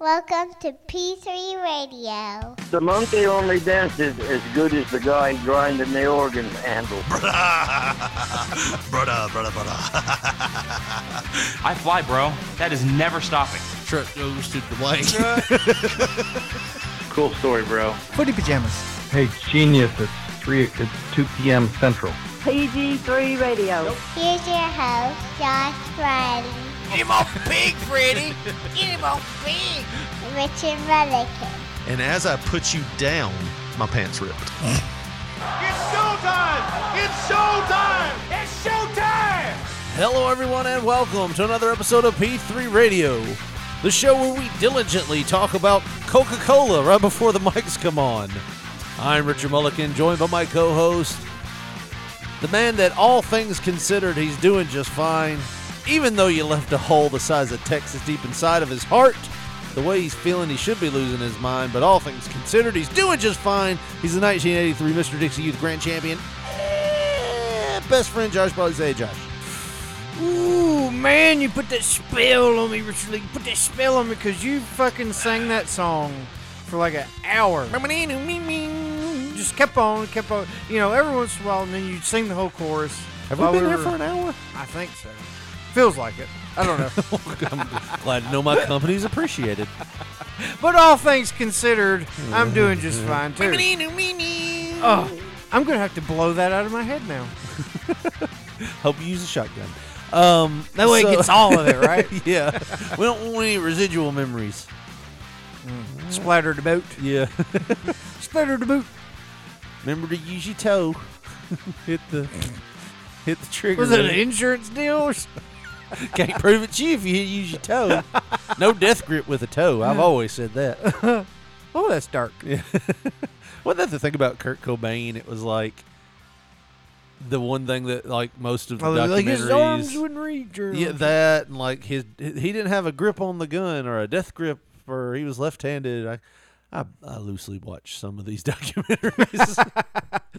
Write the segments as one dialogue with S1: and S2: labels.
S1: Welcome to P3 Radio.
S2: The monkey only dances as good as the guy grinding the organ handle.
S3: brother, brother, brother.
S4: I fly, bro. That is never stopping.
S5: Trip goes to Dwayne.
S4: Cool story, bro.
S6: Footy pajamas.
S7: Hey, genius, it's 3, it's 2 p.m. Central.
S8: PG3 Radio.
S1: Here's your host, Josh Friday,
S3: Get him off pig, Freddy. Get him off pig.
S1: Richard Mullican.
S5: and as I put you down, my pants ripped.
S9: Hello, everyone, and welcome to another episode of P3 Radio, the show where we diligently talk about Coca Cola right before the mics come on. I'm Richard Mullican, joined by my co host, the man that all things considered he's doing just fine, even though you left a hole the size of Texas deep inside of his heart. The way he's feeling, he should be losing his mind, but all things considered, he's doing just fine. He's the 1983 Mr. Dixie Youth Grand Champion. Eh, Best friend Josh Bradley. Say, Josh.
S6: Ooh, man, you put that spell on me, Richard Lee. You put that spell on me because you fucking sang that song for like an hour. Just kept on, kept on. You know, every once in a while, and then you'd sing the whole chorus.
S9: Have
S6: while
S9: we been
S6: we
S9: here
S6: were-
S9: for an hour?
S6: I think so. Feels like it. I don't know.
S9: I'm glad to know my company's appreciated.
S6: But all things considered, I'm doing just fine too. Oh, I'm gonna have to blow that out of my head now.
S9: Hope you use a shotgun. Um,
S6: That way
S9: so-
S6: it gets all of it, right?
S9: yeah, we don't want any residual memories.
S6: Splatter the boot.
S9: Yeah,
S6: Splatter the boot.
S9: remember to use your toe. hit the hit the trigger.
S6: Was it an
S9: really.
S6: insurance deal? Or s-
S9: Can't prove it's you if you hit- use your toe. no death grip with a toe. I've always said that.
S6: oh, that's dark.
S9: Yeah. Wasn't that the thing about Kurt Cobain? It was like the one thing that like most of the
S6: Oh, like his arms
S9: documentaries-
S6: wouldn't reach. Or
S9: Yeah, that and like his he didn't have a grip on the gun or a death grip or he was left-handed. I I, I loosely watch some of these documentaries.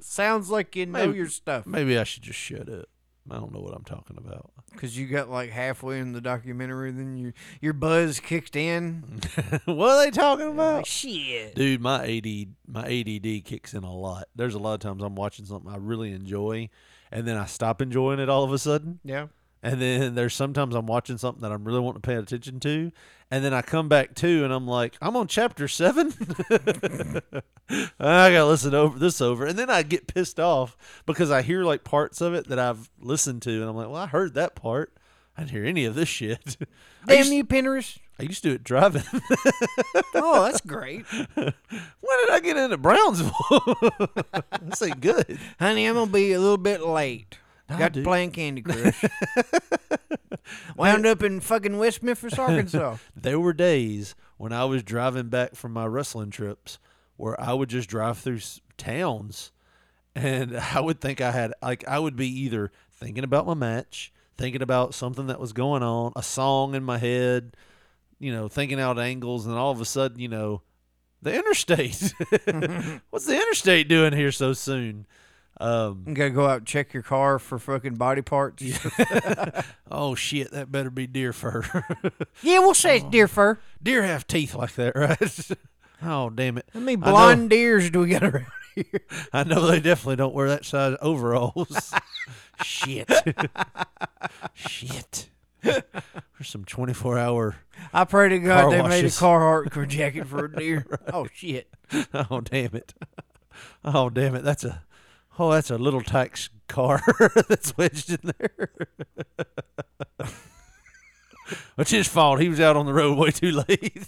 S6: sounds like you know
S9: Maybe-
S6: your stuff
S9: Maybe I should just shut up. I don't know what I'm talking about.
S6: because you got like halfway in the documentary, then your your buzz kicked in.
S9: what are they talking
S6: Like,
S9: about?
S6: shit.
S9: Dude, my AD my ADD kicks in a lot. There's a lot of times I'm watching something I really enjoy and then I stop enjoying it all of a sudden.
S6: Yeah.
S9: And then there's sometimes I'm watching something that I'm really wanting to pay attention to. And then I come back to and I'm like, I'm on chapter seven. I gotta listen to over this over. And then I get pissed off because I hear like parts of it that I've listened to and I'm like, Well, I heard that part. I didn't hear any of this shit. I,
S6: Damn
S9: used,
S6: you, Pinterest.
S9: I used to do it driving.
S6: Oh, that's great,
S9: when did I get into Brownsville? this ain't good.
S6: honey. I'm gonna be a little bit late.
S9: Nah,
S6: got to
S9: dude.
S6: playing Candy Crush. Wound up in fucking West Memphis, Arkansas.
S9: There were days when I was driving back from my wrestling trips where I would just drive through s- towns and I would think I had, like, I would be either thinking about my match, thinking about something that was going on, a song in my head, you know, thinking out angles, and all of a sudden, you know, the interstate. What's the interstate doing here so soon? Um,
S6: You gotta go out and check your car for fucking body parts. Yeah,
S9: oh shit, that better be deer fur.
S6: we'll say it's deer fur.
S9: deer have teeth like that, right? oh damn it!
S6: How many
S9: I know-
S6: blonde deers do we got around here?
S9: I know they definitely don't wear that size overalls. Shit. Shit. There's some 24 hour.
S6: I pray to God
S9: Car
S6: they made a
S9: washes.
S6: Carhartt jacket for a deer. Oh shit!
S9: Oh, damn it. Oh, damn it. That's a. Oh, that's a little tax car that's wedged in there. it's his fault. He was out on the road way too late.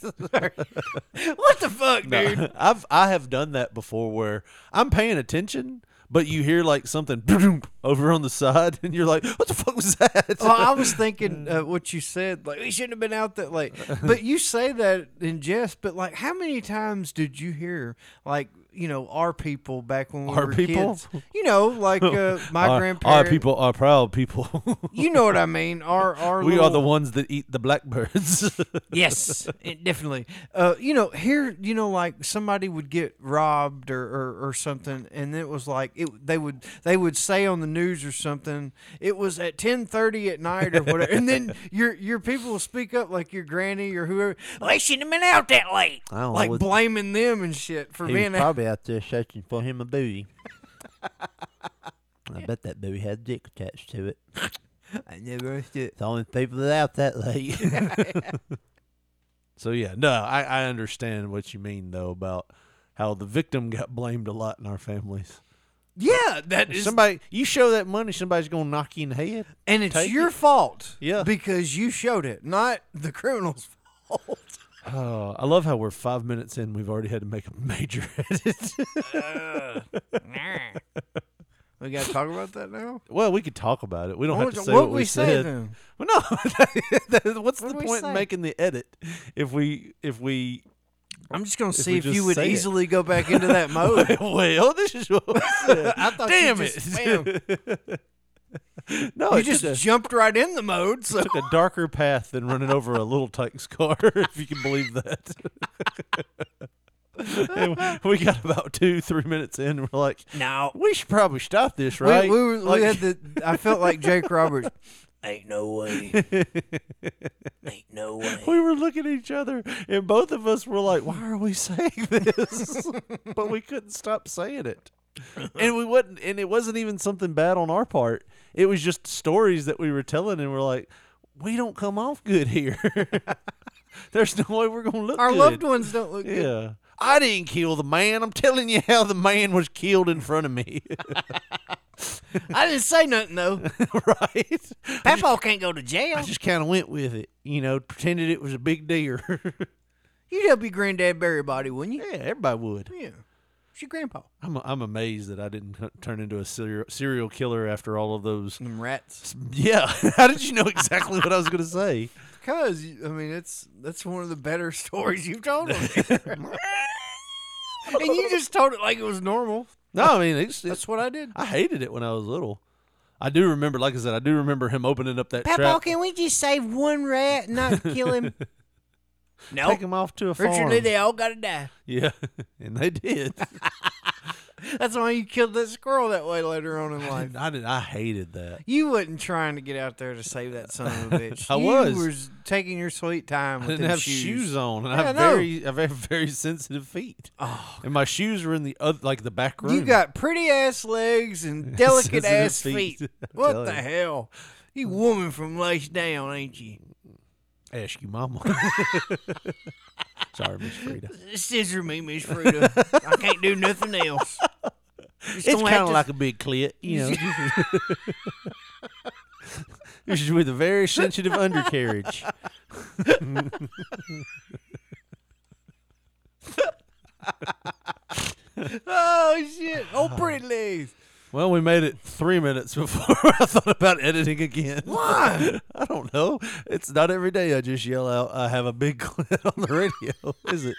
S6: What the fuck,
S9: No,
S6: dude?
S9: I've I have done that before where I'm paying attention, but you hear like something boom, over on the side, and you're like, "What the fuck was that?"
S6: Well, I was thinking uh, what you said. Like we shouldn't have been out that late. But you say that in jest. But like, how many times did you hear like you know our people back when we
S9: Our
S6: were
S9: people?
S6: kids. You know, like uh, my
S9: our,
S6: grandparents.
S9: Our people are proud people.
S6: You know what I mean? Our our
S9: we are the
S6: little-
S9: ones that eat the blackbirds.
S6: yes, it- definitely. Uh, you know, here, you know, like somebody would get robbed or, or, or something, and it was like it, they would they would say on the news or something, it was at ten thirty at night or whatever, and then your your people will speak up like your granny or whoever. They shouldn't have been out that late,
S9: I don't know,
S6: like
S9: was-
S6: blaming them and shit for being out.
S10: out there searching for him a buoy. I bet that buoy had a dick attached to it.
S6: I never did.
S10: It's the only people that out that late.
S9: so yeah, no, I, I understand what you mean though about how the victim got blamed a lot in our families.
S6: Yeah, that is,
S9: Somebody, you show that money, somebody's gonna knock you in the head.
S6: and it's
S9: take
S6: your fault.
S9: Yeah.
S6: because you showed it, not the criminal's fault.
S9: Oh, I love how we're five minutes in. We've already had to make a major edit.
S6: We gotta talk about that now.
S9: well, we could talk about it. We don't
S6: What
S9: have to
S6: was-
S9: say
S6: what
S9: what, we
S6: we say
S9: said.
S6: then?
S9: Well, no. What's the
S6: did we
S9: point in
S6: say?
S9: making the edit if we if we
S6: I'm just gonna
S9: If
S6: see
S9: we
S6: if you
S9: just
S6: would
S9: say it.
S6: easily go back into that mode.
S9: well this is what we said.
S6: I thought
S9: Damn
S6: you
S9: it!
S6: just, bam,
S9: no,
S6: you
S9: it
S6: just
S9: took a-
S6: jumped right in the mode. So
S9: took a darker path than running over a little Tyke's car, if you can believe that. And we got about two, three minutes in, and we're like,
S6: now
S9: we should probably stop this,
S6: we,
S9: right?
S6: we, were- we
S9: Like-
S6: had the. I felt like Jake Roberts.
S10: Ain't no way. Ain't no way.
S9: we were looking at each other, and both of us were like, "Why are we saying this?" but we couldn't stop saying it, and we wouldn't. And it wasn't even something bad on our part. It was just stories that we were telling, and we're like, "We don't come off good here. There's no way we're gonna look.
S6: Our
S9: good.
S6: loved ones don't look good.
S9: Yeah. I didn't kill the man. I'm telling you how the man was killed in front of me.
S6: I didn't say nothing though.
S9: right?
S6: Papaw can't go to
S9: I
S6: jail.
S9: just kind of went with it, you know, pretended it was a big deer.
S6: You'd help your granddad bury a body, wouldn't
S9: yeah,
S6: you?
S9: everybody would.
S6: Yeah. It's your grandpa.
S9: I'm, I'm amazed that I didn't t- turn into a serial, serial killer after all of those.
S6: Them rats.
S9: Yeah. how did you know exactly what I was going to say?
S6: Because I mean, it's that's one of the better stories you've told. on here. and you just told it like it was normal.
S9: No, I mean, it's, it's,
S6: That's what I did.
S9: I hated it when I was little. I do remember, like I said, I do remember him opening up that trap,
S6: can we just save one rat and not kill him? no.
S9: take him off to a farm.
S6: Originally, they all got to die.
S9: Yeah, and they did.
S6: That's why you killed that squirrel that way later on in life.
S9: I did. I hated that.
S6: You wasn't trying to get out there to save that son of a bitch.
S9: I
S6: you
S9: was.
S6: was taking your sweet time.
S9: I
S6: with
S9: didn't
S6: them
S9: have shoes, on, and I
S6: Yeah,
S9: have
S6: I know.
S9: very, I have very sensitive feet.
S6: Oh,
S9: and my shoes were in the other, like the back room.
S6: You got pretty ass legs and delicate
S9: Sensitive
S6: ass
S9: feet.
S6: feet.
S9: I'm
S6: What
S9: telling
S6: the
S9: you. Mm.
S6: hell? You woman from Lace Down, ain't you?
S9: ask you, mama. Sorry, Miss Frida.
S6: Scissor me, Miss Frida. I can't do nothing else. Just
S9: It's
S6: gonna have
S9: kind of
S6: to-
S9: like a big clit, you know. This is with a very sensitive undercarriage.
S6: Oh shit! Oh, pretty legs.
S9: Well, we made it three minutes before I thought about editing again.
S6: Why?
S9: I don't know. It's not every day I just yell out, I have a big clit on the radio, is it?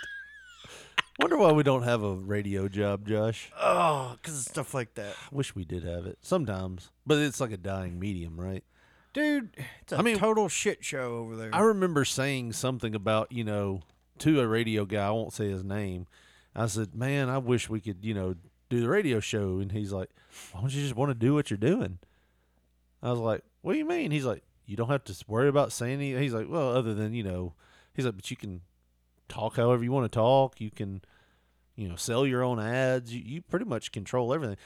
S9: Wonder why we don't have a radio job, Josh.
S6: Oh, because of stuff like that.
S9: Wish we did have it sometimes, but it's like a dying medium, right?
S6: Dude, it's a
S9: I mean-
S6: total shit show over there.
S9: I remember saying something about, you know, to a radio guy, I won't say his name. I said, Man, I wish we could, you know, do the radio show. And he's like, Why don't you just want to do what you're doing? I was like, What do you mean? He's like, You don't have to s- worry about saying anything. He's like, Well, other than, you know, he's like, But you can talk however you want to talk. You can, you know, sell your own ads. You, you pretty much control everything.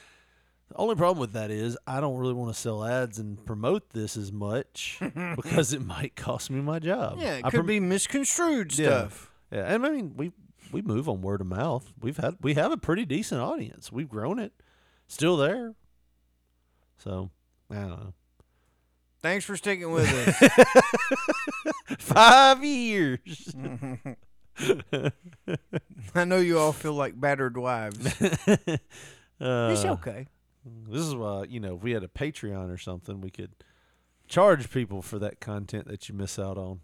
S9: The only problem with that is I don't really want to sell ads and promote this as much because it might cost me my job.
S6: yeah, it
S9: I
S6: could
S9: prom-
S6: be misconstrued
S9: Yeah.
S6: stuff.
S9: Yeah, and I mean we we move on word of mouth. We've had we have a pretty decent audience. We've grown it, still there. So I don't know.
S6: Thanks for sticking with us.
S9: Five years.
S6: I know you all feel like battered wives. it's
S9: Uh,
S6: okay.
S9: This is why you know if we had a Patreon or something, we could charge people for that content that you miss out on.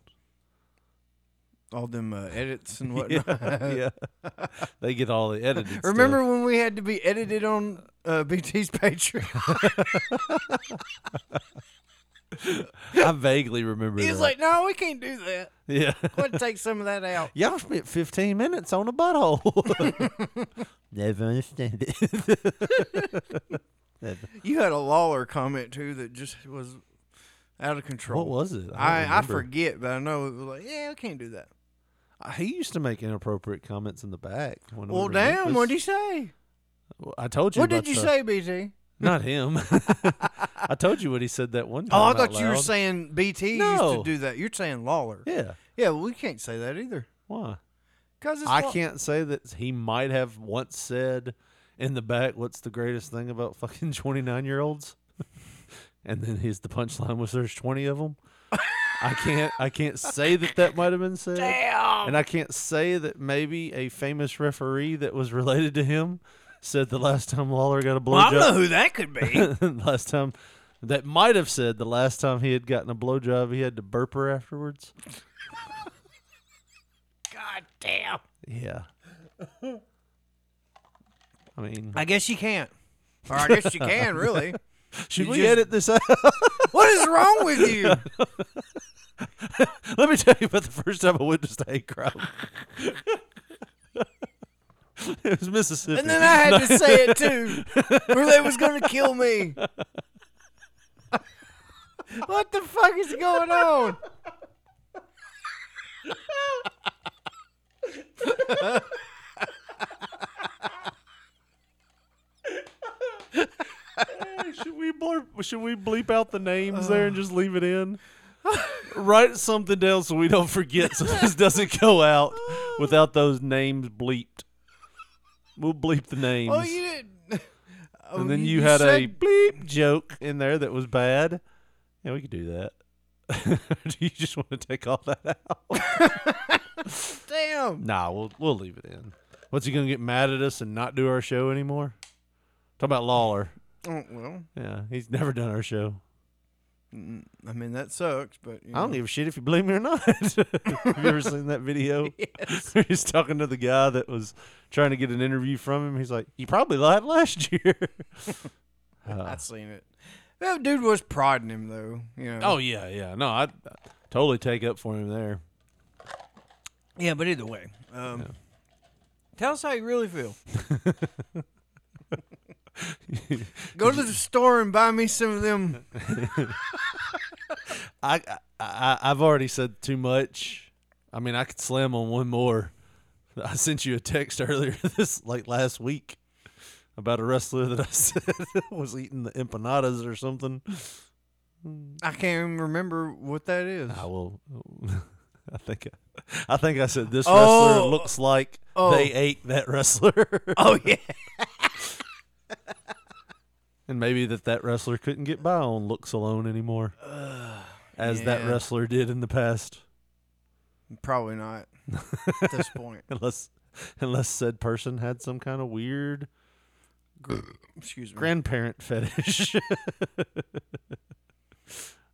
S6: all them uh, edits and whatnot.
S9: yeah, they get all the edited. stuff.
S6: Uh, Remember when we had to be edited on uh, BT's Patreon?
S9: I vaguely remember.
S6: He's
S9: that.
S6: like, no, we can't do that.
S9: yeah.
S6: Let's take some of that out.
S9: Y'all spent 15 minutes on a butthole. Never understand it.
S6: You had a Lawler comment too that just was out of control.
S9: what was it? don't
S6: I, I
S9: remember.
S6: forget, but I know it was like, yeah, I can't do that.
S9: He used to make inappropriate comments in the back. When we
S6: well,
S9: were in
S6: damn,
S9: Memphis.
S6: what'd you say?
S9: Well, I told you.
S6: What did
S9: about
S6: you
S9: the-
S6: say, BT?
S9: Not him. I told you what he said that one time.
S6: Oh, I
S9: out
S6: thought you were
S9: loud.
S6: saying BT used
S9: No.
S6: to do that. You're saying Lawler.
S9: Yeah.
S6: Yeah, well, we can't say that either.
S9: Why?
S6: Cause it's
S9: I
S6: Law-
S9: can't say that he might have once said in the back, "What's the greatest thing about fucking twenty-nine-year-olds?" and then his the punchline was, "There's twenty of them." I can't. I can't say that that might have been said, and I can't say that maybe a famous referee that was related to him said the last time Lawler got a
S6: Well, I don't know
S9: blowjob.
S6: who that could be.
S9: last time that might have said the last time he had gotten a blowjob, he had to burp her afterwards.
S6: God damn.
S9: Yeah. I mean,
S6: I guess you can't. Or I guess you can, really.
S9: should
S6: you
S9: we
S6: just-
S9: edit this out?
S6: what is wrong with you?
S9: Let me tell you about the first time I witnessed a hate crime. it was Mississippi.
S6: And then I had to say it too, or they was gonna kill me. What the fuck is going on?
S9: should we blur, should we bleep out the names there and just leave it in? Write something down so we don't forget, so this doesn't go out without those names bleeped. We'll bleep the names,
S6: Oh, you didn't. Oh,
S9: and then you, had a
S6: said-
S9: bleep joke in there that was bad. Yeah, we could do that. do you just want to take all that out?
S6: damn.
S9: Nah, we'll we'll leave it in. What's he gonna get mad at us and not do our show anymore? Talk about Lawler.
S6: Oh, well,
S9: Yeah, he's never done our show.
S6: I mean that sucks, but you
S9: I don't
S6: know.
S9: give a shit if you believe me or not. Have you ever seen that video? Where He's talking to the guy that was trying to get an interview from him. He's like, "You probably lied last year."
S6: I seen it. That dude was prodding him though. You know.
S9: oh yeah, yeah. No, I, I totally take up for him there.
S6: yeah, but either way, um, tell us how you really feel. Go to the store and buy me some of them.
S9: I, I- I I've already said too much. I mean, I could slam on one more. I sent you a text earlier this like last week about a wrestler that I said was eating the empanadas or something.
S6: I can't even remember what that is.
S9: I will. I think I think I said this
S6: Oh.
S9: wrestler looks like
S6: Oh.
S9: they ate that wrestler,
S6: Oh yeah.
S9: and maybe that that wrestler couldn't get by on looks alone anymore, as that
S6: yeah.
S9: wrestler did in the past,
S6: Probably not at this point.
S9: unless unless said person had some kind of weird
S6: Excuse me.
S9: grandparent fetish.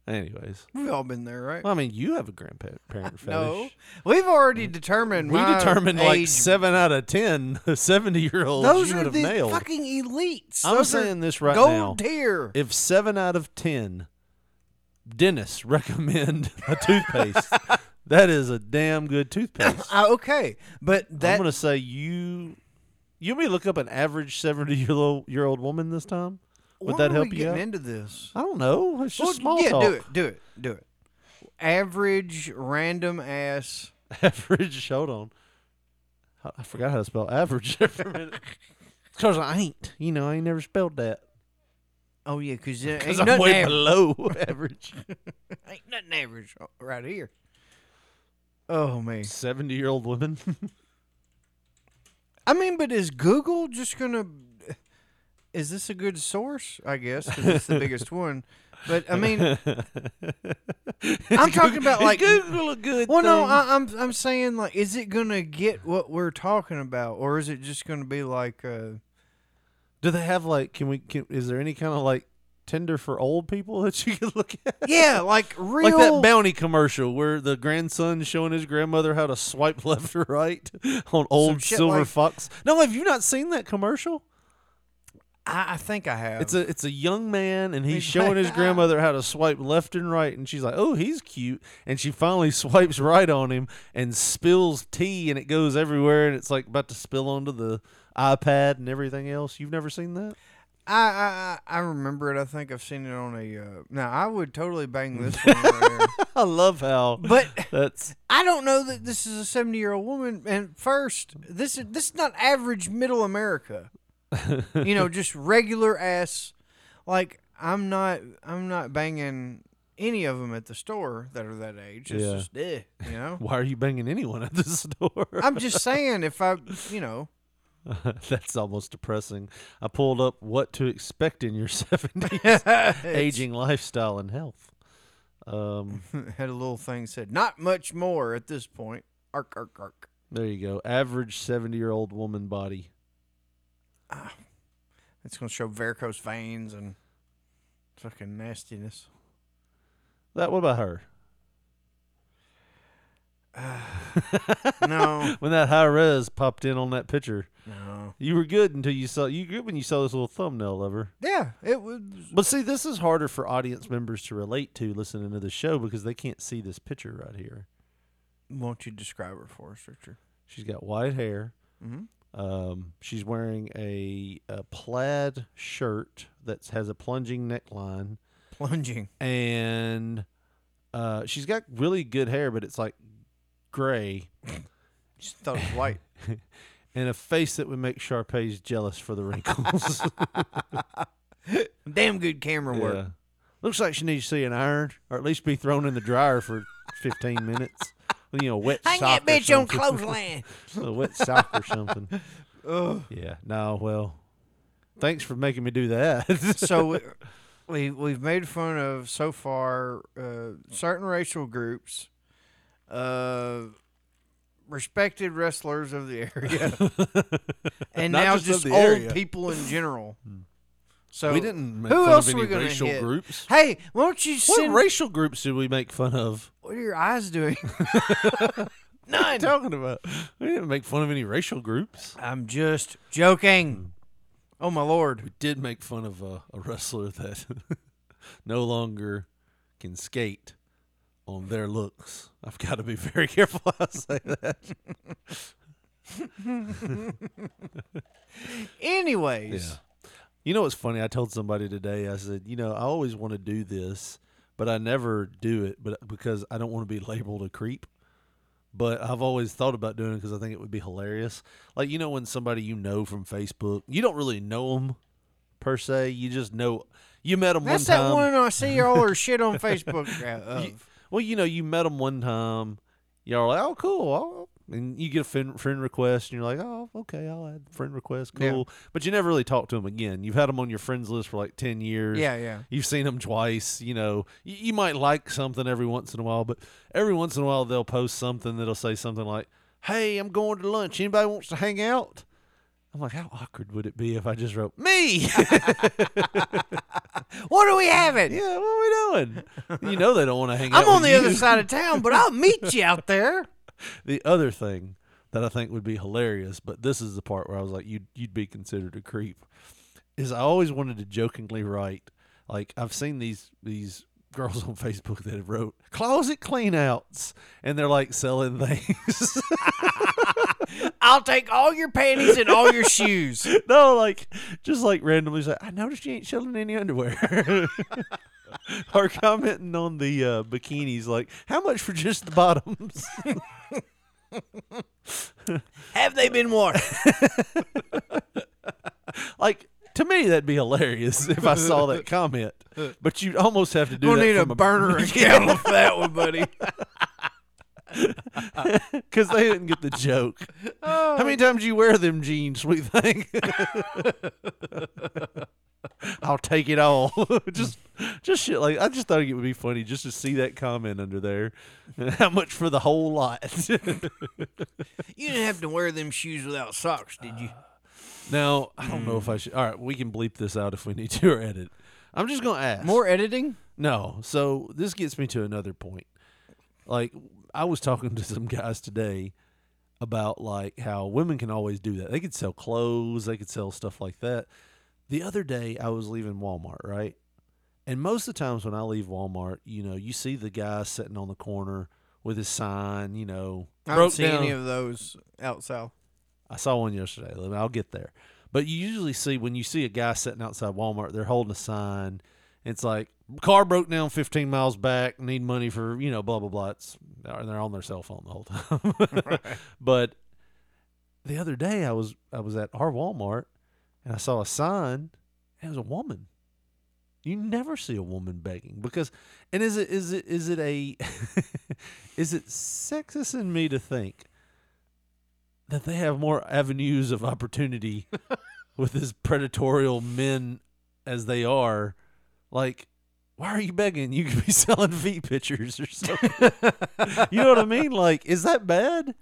S9: Anyways,
S6: We've all been there, right?
S9: well, I mean, you have a grandparent fetish.
S6: no, we've already determined.
S9: We
S6: my
S9: determined like
S6: age.
S9: seven out of ten 70 year olds
S6: Those
S9: you
S6: are
S9: would have
S6: the
S9: nailed.
S6: fucking elites.
S9: I'm
S6: Those are
S9: saying this right
S6: gold
S9: now.
S6: tier.
S9: if seven out of ten dentists recommend a toothpaste, that is a damn good toothpaste.
S6: Ah, okay, but
S9: I'm
S6: that
S9: gonna say you. You may look up an average seventy year old year old woman this time. Would
S6: why
S9: that
S6: are
S9: help
S6: we
S9: you?
S6: Getting
S9: out?
S6: into this.
S9: I don't know. It's just
S6: Well,
S9: small
S6: yeah,
S9: talk.
S6: do it, do it, do it. Average random ass.
S9: Average. Hold on. I- I forgot how to spell average for a minute. Because I ain't. You know, I ain't never spelled that.
S6: Oh yeah, because ain't
S9: Because I'm
S6: nothing
S9: way
S6: average.
S9: below average.
S6: Ain't nothing average right here. Oh man.
S9: Seventy year old women.
S6: I mean, but is Google just gonna? Is this a good source? I guess 'cause it's the biggest one. But I mean, I'm talking about like
S9: Google a good
S6: Well, no,
S9: thing.
S6: I, I'm I'm saying like, is it gonna get what we're talking about, or is it just gonna be like, uh,
S9: Do they have like? Can we? Can, is there any kind of like Tinder for old people that you could look at?
S6: yeah, like real.
S9: Like that bounty commercial where the grandson's showing his grandmother how to swipe left or right on old
S6: shit
S9: silver
S6: like-
S9: fox. No, have you not seen that commercial?
S6: I, I think I have.
S9: It's a it's a young man and he's
S6: He's
S9: showing
S6: like,
S9: his
S6: "Ah."
S9: grandmother how to swipe left and right and she's like, "Oh, he's cute." And she finally swipes right on him and spills tea and it goes everywhere and it's like about to spill onto the iPad and everything else. You've never seen that?
S6: I, I I I remember it. I think I've seen it on a. Uh, now I would totally bang this one. Over there.
S9: I love how
S6: But
S9: that's
S6: I don't know that this is a seventy-year-old woman. And first, this is this is not average middle America. you know, just regular ass. Like I'm not I'm not banging any of them at the store that are that age. It's
S9: Yeah.
S6: just eh, you know.
S9: why are you banging anyone at the store?
S6: I'm just saying if I you know
S9: That's almost depressing. I pulled up what to expect in your 70s
S6: aging
S9: aging lifestyle and health. Um,
S6: had a little thing said not much more at this point. Ark ark ark.
S9: there you go. Average 70 year old woman body.
S6: It's gonna show varicose veins and fucking nastiness.
S9: That what about her?
S6: No,
S9: When that high res popped in on that picture,
S6: no.
S9: you were good until you saw you were good when you saw this little thumbnail of her.
S6: Yeah, it was.
S9: But see, this is harder for audience members to relate to listening to the show because they can't see this picture right here.
S6: Won't you describe her for us, Richard?
S9: She's got white hair.
S6: Mhm.
S9: Um, she's wearing a, a plaid shirt that has a plunging neckline,
S6: Plunging.
S9: and uh, she's got really good hair, but it's like gray,
S6: Just thought it was white.
S9: and a face that would make Sharpay's jealous for the wrinkles.
S6: Damn good camera work.
S9: Yeah. Looks like she needs to see an iron, or at least be thrown in the dryer for 15 minutes. You know, a wet
S3: Hang
S9: sock
S3: that
S9: or
S3: bitch on
S9: something.
S3: clothesline.
S9: a wet sock or something. Yeah. No. Well, thanks for making me do that.
S6: So we, we we've made fun of so far uh, certain racial groups, uh, respected wrestlers of the area, and
S9: Not
S6: now
S9: just of
S6: just,
S9: the
S6: old
S9: area. Hmm.
S6: people in general. So
S9: we didn't make
S6: who
S9: fun
S6: else
S9: of
S6: are
S9: any
S6: we gonna
S9: racial
S6: hit?
S9: groups.
S6: Hey, why don't you
S9: What
S6: send?
S9: racial groups did we make fun of?
S6: what are your eyes doing?
S9: What are you talking about? We didn't make fun of any racial groups.
S6: I'm just
S9: Hmm.
S6: joking. Oh my lord!
S9: Did make fun of a, a wrestler that no longer can skate on their looks. I've got to be very careful how I say that.
S6: Anyways,
S9: You know what's funny? I told somebody today, I said, you know, I always want to do this, but I never do it but because I don't want to be labeled a creep. But I've always thought about doing it because I think it would be hilarious. Like, you know, when somebody you know from Facebook, you don't really know them per se. You just know, you met them
S6: that's
S9: one time.
S6: that one I see all her shit on Facebook. uh,
S9: You-
S6: of.
S9: well, you know, you met them one time. Y'all are like, oh, cool. I'll- and you get a friend, friend request, and you're like, oh, okay, I'll add friend request.
S6: Yeah.
S9: Cool. But you never really talk to them again. You've had them on your friends list for like 10 years.
S6: Yeah, yeah.
S9: You've seen them twice. You know, you, you might like something every once in a while, but every once in a while they'll post something that'll say something like, hey, I'm going to lunch. Anybody wants to hang out? I'm like, how awkward would it be if I just wrote me?
S6: What are we having?
S9: yeah, what are we doing? You know they don't want to hang out.
S6: I'm on
S9: with
S6: the other
S9: you.
S6: side of town, but I'll meet you out there.
S9: The other thing that I think would be hilarious, but this is the part where I was like, you'd, you'd be considered a creep, is I always wanted to jokingly write, like, I've seen these, these girls on Facebook that have wrote closet cleanouts, and they're like selling things.
S6: I'll take all your panties and all your shoes.
S9: no, like, just like randomly say, I noticed you ain't selling any underwear. or commenting on the uh, bikinis, like, how much for just the bottoms?
S3: Have they been washed?
S9: Like to me, that'd be hilarious if I saw that comment. But you'd almost have to do
S6: We'll
S9: that
S6: need a
S9: from
S6: burner account for that one, buddy.
S9: because they didn't get the joke. How many times you wear them jeans, sweet thing? I'll take it all. just, just shit. Like I just thought it would be funny just to see that comment under there. How much for the whole lot?
S6: You didn't have to wear them shoes without socks, did you?
S9: Hmm. now I don't know if I should. All right, we can bleep this out if we need to or edit. I'm just gonna ask.
S6: More editing?
S9: No. So this gets me to another point. Like I was talking to some guys today about like how women can always do that. They could sell clothes, they could sell stuff like that. The other day I was leaving Walmart, right? And most of the times when I leave Walmart, you know, you see the guy sitting on the corner with his sign, you know,
S6: I
S9: broke
S6: don't see any
S9: down-
S6: of those out south.
S9: I saw one yesterday. Let me- I'll get there. But you usually see when you see a guy sitting outside Walmart, they're holding a sign. It's like car broke down 15 miles back, need money for you know blah blah blah. It's, and they're on their cell phone the whole time. But the other day I was I was at our Walmart and I saw a sign. And it was a woman. You never see a woman begging because, and is it is it is it a is it sexist in me to think that they have more avenues of opportunity with this predatorial men as they are. Like, why are you begging? You could be selling feet pictures or something. you know what I mean? Like, is that bad?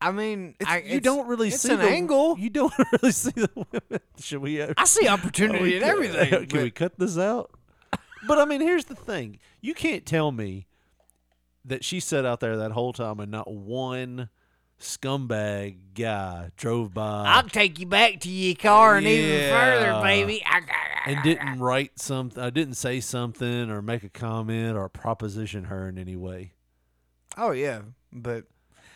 S6: I mean,
S9: It's-
S6: I,
S9: you don't really
S6: it's
S9: see
S6: an
S9: the,
S6: angle.
S9: You don't really see the women. Should we? uh,
S6: I see
S9: can
S6: opportunity
S9: we
S6: in
S9: cut-
S6: everything.
S9: Can
S6: but-
S9: we cut this out? But I mean, here's the thing: you can't tell me that she sat out there that whole time and not one scumbag guy drove by.
S6: I'll take you back to your car and even
S9: Yeah.
S6: further, baby.
S9: and didn't write something I didn't say something or make a comment or proposition her in any way.
S6: Oh yeah, but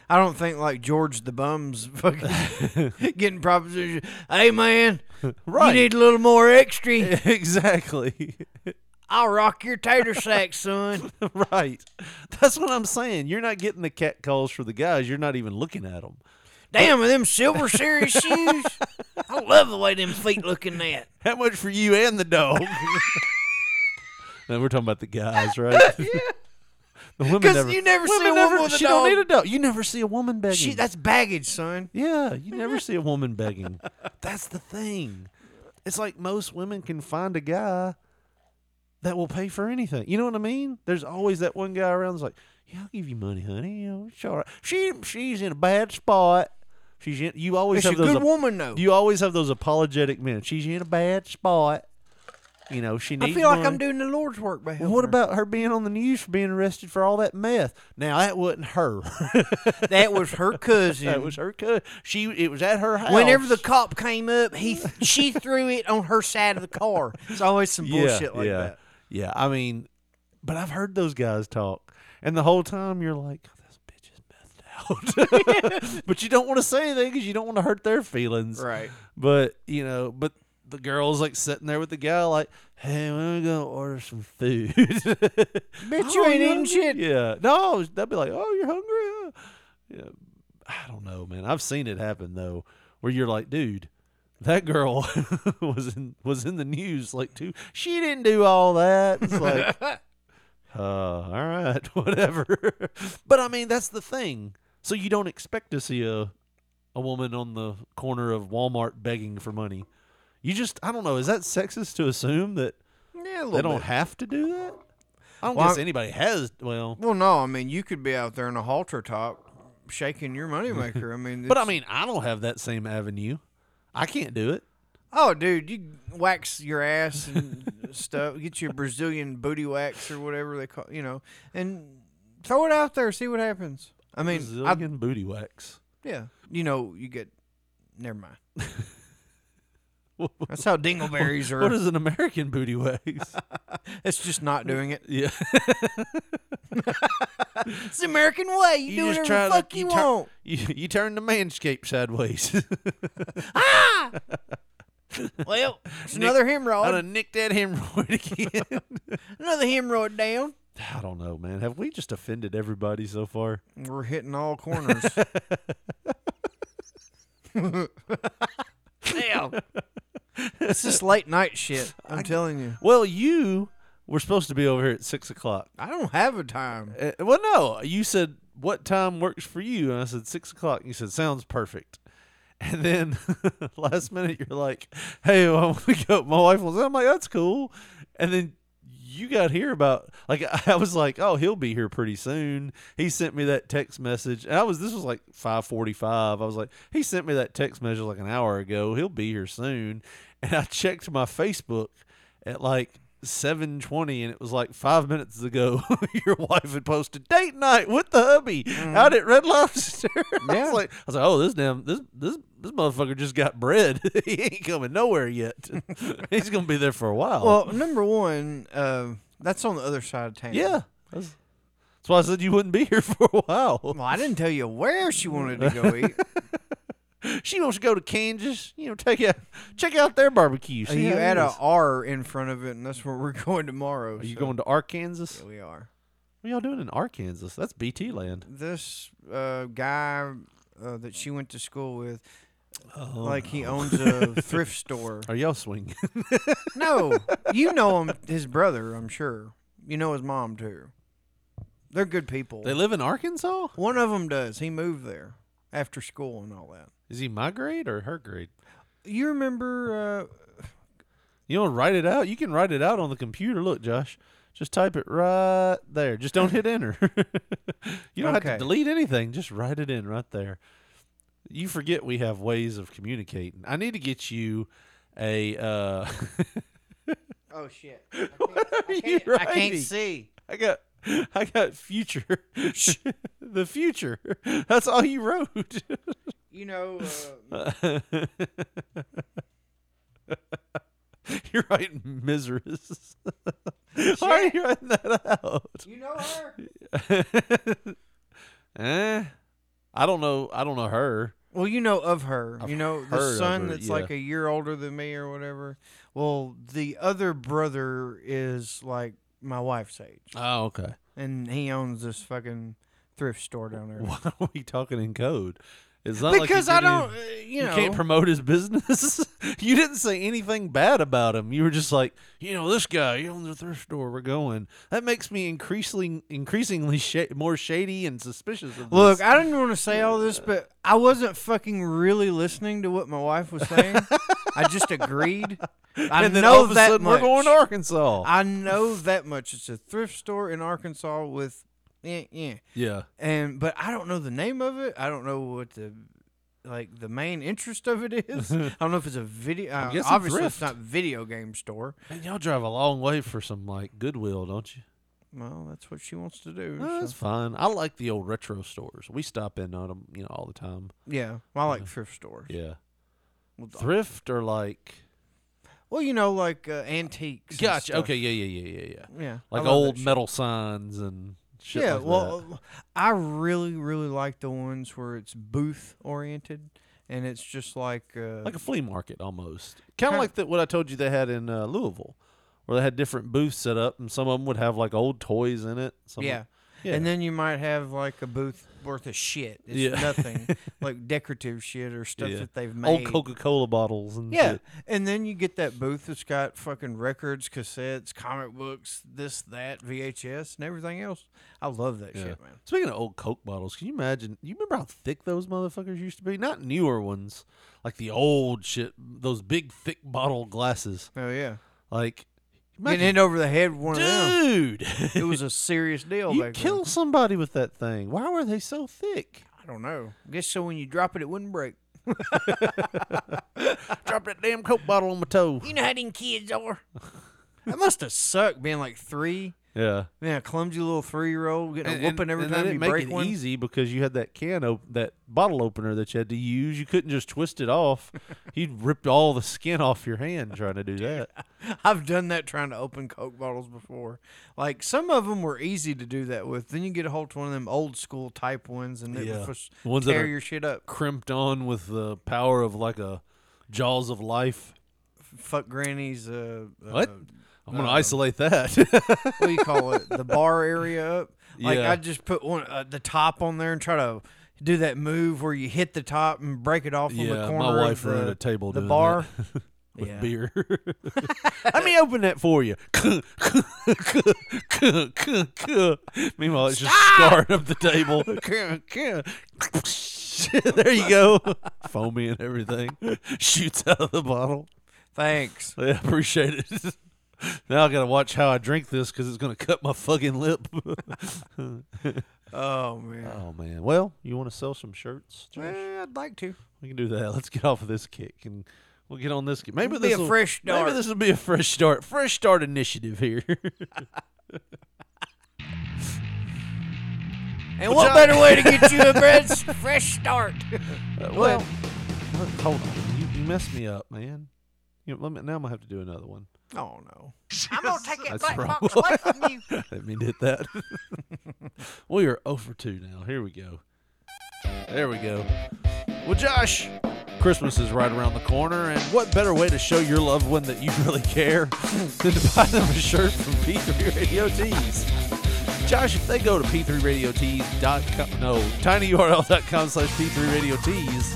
S6: I don't think like George the Bum's fucking getting proposition. Hey man,
S9: Right.
S6: you need a little more extra.
S9: exactly.
S6: I'll rock your tater sack, son.
S9: right. That's what I'm saying. You're not getting the cat calls for the guys. You're not even looking at them.
S6: Damn, with them silver series shoes. I love the way them feet look in that.
S9: How much for you and the dog? no, we're talking about the guys, right? The women
S6: 'Cause
S9: never,
S6: you never see
S9: women
S6: a
S9: never-
S6: woman with a
S9: she don't
S6: dog.
S9: need a dog. You never see a woman begging.
S6: She, that's baggage, son.
S9: Yeah, you never see a woman begging. That's the thing. It's like most women can find a guy that will pay for anything. You know what I mean? There's always that one guy around that's like, "Yeah, I'll give you money, honey. You know, it's all right." She she's in a bad spot. She's in, you always
S6: It's a
S9: have those
S6: good woman though.
S9: You always have those apologetic men. She's in a bad spot. You know, she
S6: I
S9: needs
S6: feel like
S9: money.
S6: I'm doing the Lord's work by helping
S9: What
S6: her.
S9: about her being on the news for being arrested for all that meth? Now that wasn't her.
S6: that? Was her cousin?
S9: that was her. cou- She. It was at her house.
S6: Whenever the cop came up, he she threw it on her side of the car. It's always some bullshit like
S9: yeah.
S6: that.
S9: Yeah, I mean, but I've heard those guys talk, and the whole time you're like, "Oh, "God, this bitch is methed out," but you don't want to say anything because you don't want to hurt their feelings,
S6: Right.
S9: But you know, but the girl's like sitting there with the guy, like, "Hey, we're gonna order some food." Bitch,
S6: you ain't eating shit.
S9: Oh, Yeah, no, they'd be like, "Oh, you're hungry." huh?" Yeah. I don't know, man. I've seen it happen though, where you're like, dude, that girl was in was in the news like too. She didn't do all that. It's like, uh, all right, whatever. but I mean, that's the thing. So you don't expect to see a a woman on the corner of Walmart begging for money. You just, I don't know. Is that sexist to assume that
S6: Yeah, a little
S9: they don't
S6: bit.
S9: have to do that? I don't
S6: Well,
S9: guess
S6: I'm-
S9: anybody has. Well,
S6: well, no, I mean you could be out there in a halter top shaking your moneymaker. I mean,
S9: but I
S6: it's-
S9: mean, I don't have that same avenue. I can't do it.
S6: oh, dude, you wax your ass and stuff. Get your Brazilian booty wax or whatever they call, you know, and throw it out there, see what happens. I mean, I,
S9: Brazilian booty wax.
S6: yeah, you know, you get. Never mind. That's how dingleberries
S9: What
S6: are.
S9: is an American booty wax?
S6: It's just not doing it.
S9: yeah,
S6: It's the American way. You, do whatever the fuck you,
S9: turn-
S6: want.
S9: You, you turn the manscape sideways.
S6: Well, it's another
S9: I
S6: hemorrhoid.
S9: done nicked that hemorrhoid again.
S6: Another hemorrhoid down.
S9: I don't know, man. Have we just offended everybody so far?
S6: We're hitting all corners. Damn. It's just late night shit. I'm telling you.
S9: Well, you were supposed to be over here at six o'clock.
S6: I don't have a time.
S9: Uh, well, no, you said what time works for you, and I said six o'clock. And you said sounds perfect. And then last minute, you're like, "Hey, well, I want to go." My wife was. I'm like, "That's cool." And then you got here about like I was like, "Oh, he'll be here pretty soon." He sent me that text message. And I was this was like five forty five. I was like, "He sent me that text message like an hour ago. He'll be here soon." And I checked my Facebook, at like 7:20 and it was like 5 minutes ago your wife had posted date night with the hubby out at Red Lobster. I
S6: Yeah.
S9: was like I was like, "Oh, this damn this this this motherfucker just got bread. he ain't coming nowhere yet. He's going to be there for a while."
S6: Well, number one, uh, that's on the other side of town.
S9: yeah. That's, that's why I said you wouldn't be here for a while.
S6: Well, I didn't tell you where she wanted to go eat.
S9: She wants to go to Kansas, you know, take out check out their barbecue.
S6: Uh,
S9: see
S6: you
S9: how it
S6: add a
S9: is.
S6: R in front of it, and that's where we're going tomorrow.
S9: Are you
S6: so-
S9: going to Arkansas?
S6: Yeah, we are.
S9: What y'all doing in Arkansas? That's BT land.
S6: This uh, guy uh, that she went to school with,
S9: Oh.
S6: like he owns a thrift store.
S9: Are y'all swinging?
S6: No, you know him, his brother, I'm sure. You know his mom too. They're good people.
S9: they live in Arkansas?
S6: One of them does. He moved there after school and all that.
S9: Is he my grade or her grade?
S6: You remember? Uh,
S9: You don't write it out. You can write it out on the computer. Look, Josh, just type it right there. Just don't hit enter. you don't have
S6: Okay.
S9: to delete anything. Just write it in right there. You forget we have ways of communicating. I need to get you a. Uh,
S6: oh shit!
S9: what are you writing?
S6: see.
S9: I got. I got future, the future. That's all you wrote.
S6: You know, uh,
S9: You're writing miseries. Why are you writing that out?
S6: you know her.
S9: eh, I don't know. I don't know her.
S6: Well, you know of her.
S9: I've
S6: you know
S9: heard
S6: the
S9: of
S6: son
S9: her,
S6: that's
S9: yeah.
S6: like a year older than me or whatever. Well, the other brother is like my wife's age,
S9: Oh, okay.
S6: and he owns this fucking thrift store down there.
S9: Why are we talking in code? It's not like you
S6: Because I
S9: didn't
S6: don't,
S9: even-
S6: uh, you know,
S9: can't promote his business. you didn't say anything bad about him. You were just like, you know, this guy he owns a thrift store. We're going. That makes me increasingly, increasingly sha- more shady and suspicious of this.
S6: Look, I didn't want to say all this, but I wasn't fucking really listening to what my wife was saying. I just agreed. I
S9: and then
S6: know
S9: all of a
S6: that
S9: sudden
S6: much.
S9: we're going to Arkansas.
S6: I know that much. It's a thrift store in Arkansas with, yeah, yeah,
S9: yeah.
S6: and but I don't know the name of it. I don't know what the like the main interest of it is. I don't know if it's a video. Uh,
S9: guessing
S6: obviously, it's
S9: thrift.
S6: not video game store.
S9: Man, y'all drive a long way for some like Goodwill, don't you?
S6: Well, that's what she wants to do.
S9: Oh,
S6: so-
S9: that's fine. I like the old retro stores. We stop in on them, you know, all the time.
S6: Yeah, well, I like thrift stores.
S9: Yeah.
S6: Well,
S9: Thrift or like
S6: Well, you know, like uh, antiques. and
S9: Gotcha.
S6: stuff.
S9: Okay, yeah, yeah, yeah, yeah, yeah.
S6: Yeah. I
S9: Like
S6: love
S9: old
S6: that shit.
S9: metal signs and shit.
S6: Yeah,
S9: like
S6: well,
S9: that.
S6: I really, really like the ones where it's booth oriented, and it's just like, uh,
S9: like a flea market almost. Kind
S6: Kinda-
S9: of like that what I told you they had in uh, Louisville, where they had different booths set up, and some of them would have like old toys in it. Some
S6: yeah.
S9: yeah.
S6: And then you might have like a booth worth of shit. It's
S9: Yeah.
S6: nothing like decorative shit or stuff
S9: Yeah.
S6: that they've
S9: old
S6: made.
S9: Coca Cola bottles and
S6: yeah,
S9: shit.
S6: and then you get that booth that's got fucking records, cassettes, comic books, this, that, VHS, and everything else. I love that shit, man.
S9: Speaking of old Coke bottles, can you imagine? You remember how thick those motherfuckers used to be? Not newer ones, like the old shit, those big thick bottle glasses.
S6: Oh yeah,
S9: Like,
S6: getting hit over the head with one of them.
S9: dude,
S6: It was a serious deal.
S9: you
S6: back then.
S9: kill somebody with that thing. Why were they so thick?
S6: I don't know. Guess so. When you drop it, it wouldn't break.
S9: Drop that damn Coke bottle on my toe.
S3: You know how them kids are.
S6: That must have sucked being like three,
S9: Yeah,
S6: being a clumsy little three year old, getting a whooping every
S9: and
S6: time
S9: they
S6: you
S9: didn't make
S6: break
S9: it
S6: one.
S9: easy because you had that can op- that bottle opener that you had to use. You couldn't just twist it off. You'd rip all the skin off your hand trying to do that.
S6: I've done that trying to open Coke bottles before. Like some of them were easy to do that with. Then you get a hold to one of them old school type ones and it
S9: Yeah.
S6: would just
S9: Ones that
S6: tear
S9: are-
S6: your shit up.
S9: crimped on with the power of like a jaws of life.
S6: Fuck granny's. Uh,
S9: What?
S6: Uh,
S9: I'm gonna
S6: uh,
S9: isolate that.
S6: what do you call it? The bar area up. Like
S9: Yeah.
S6: I just put one uh, the top on there and try to do that move where you hit the top and break it off on the
S9: yeah,
S6: corner.
S9: my
S6: of
S9: wife
S6: the,
S9: ran a table
S6: the
S9: doing
S6: bar.
S9: that with
S6: Yeah.
S9: beer. Let me open that for you. Meanwhile, it's just scarred up the table. there you go, foamy and everything shoots out of the bottle.
S6: Thanks.
S9: I appreciate it. now I gotta watch how I drink this because it's gonna cut my fucking lip.
S6: Oh man.
S9: oh man. Well, you want to sell some shirts? Josh?
S6: Eh, I'd like to.
S9: We can do that. Let's get off of this kick and We'll get on this. Maybe
S6: It'll be
S9: this
S6: a fresh
S9: Maybe
S6: start.
S9: this will be a fresh start. Fresh start initiative here.
S6: And what
S9: John-
S6: better way to get you a fresh, fresh start?
S9: well, hold on. You, you messed me up, man. You let me, now I'm gonna have to do another one.
S6: Oh no.
S3: I'm gonna take that
S9: That's
S3: black
S9: wrong.
S3: box away from you.
S9: I didn't mean to hit that. we are over two now. Here we go. There we go. Well, Josh, Christmas is right around the corner, and what better way to show your loved one that you really care than to buy them a shirt from P3 Radio Tees? Josh, if they go to p3radiotees.com, no, tinyurl.com slash p3radiotees,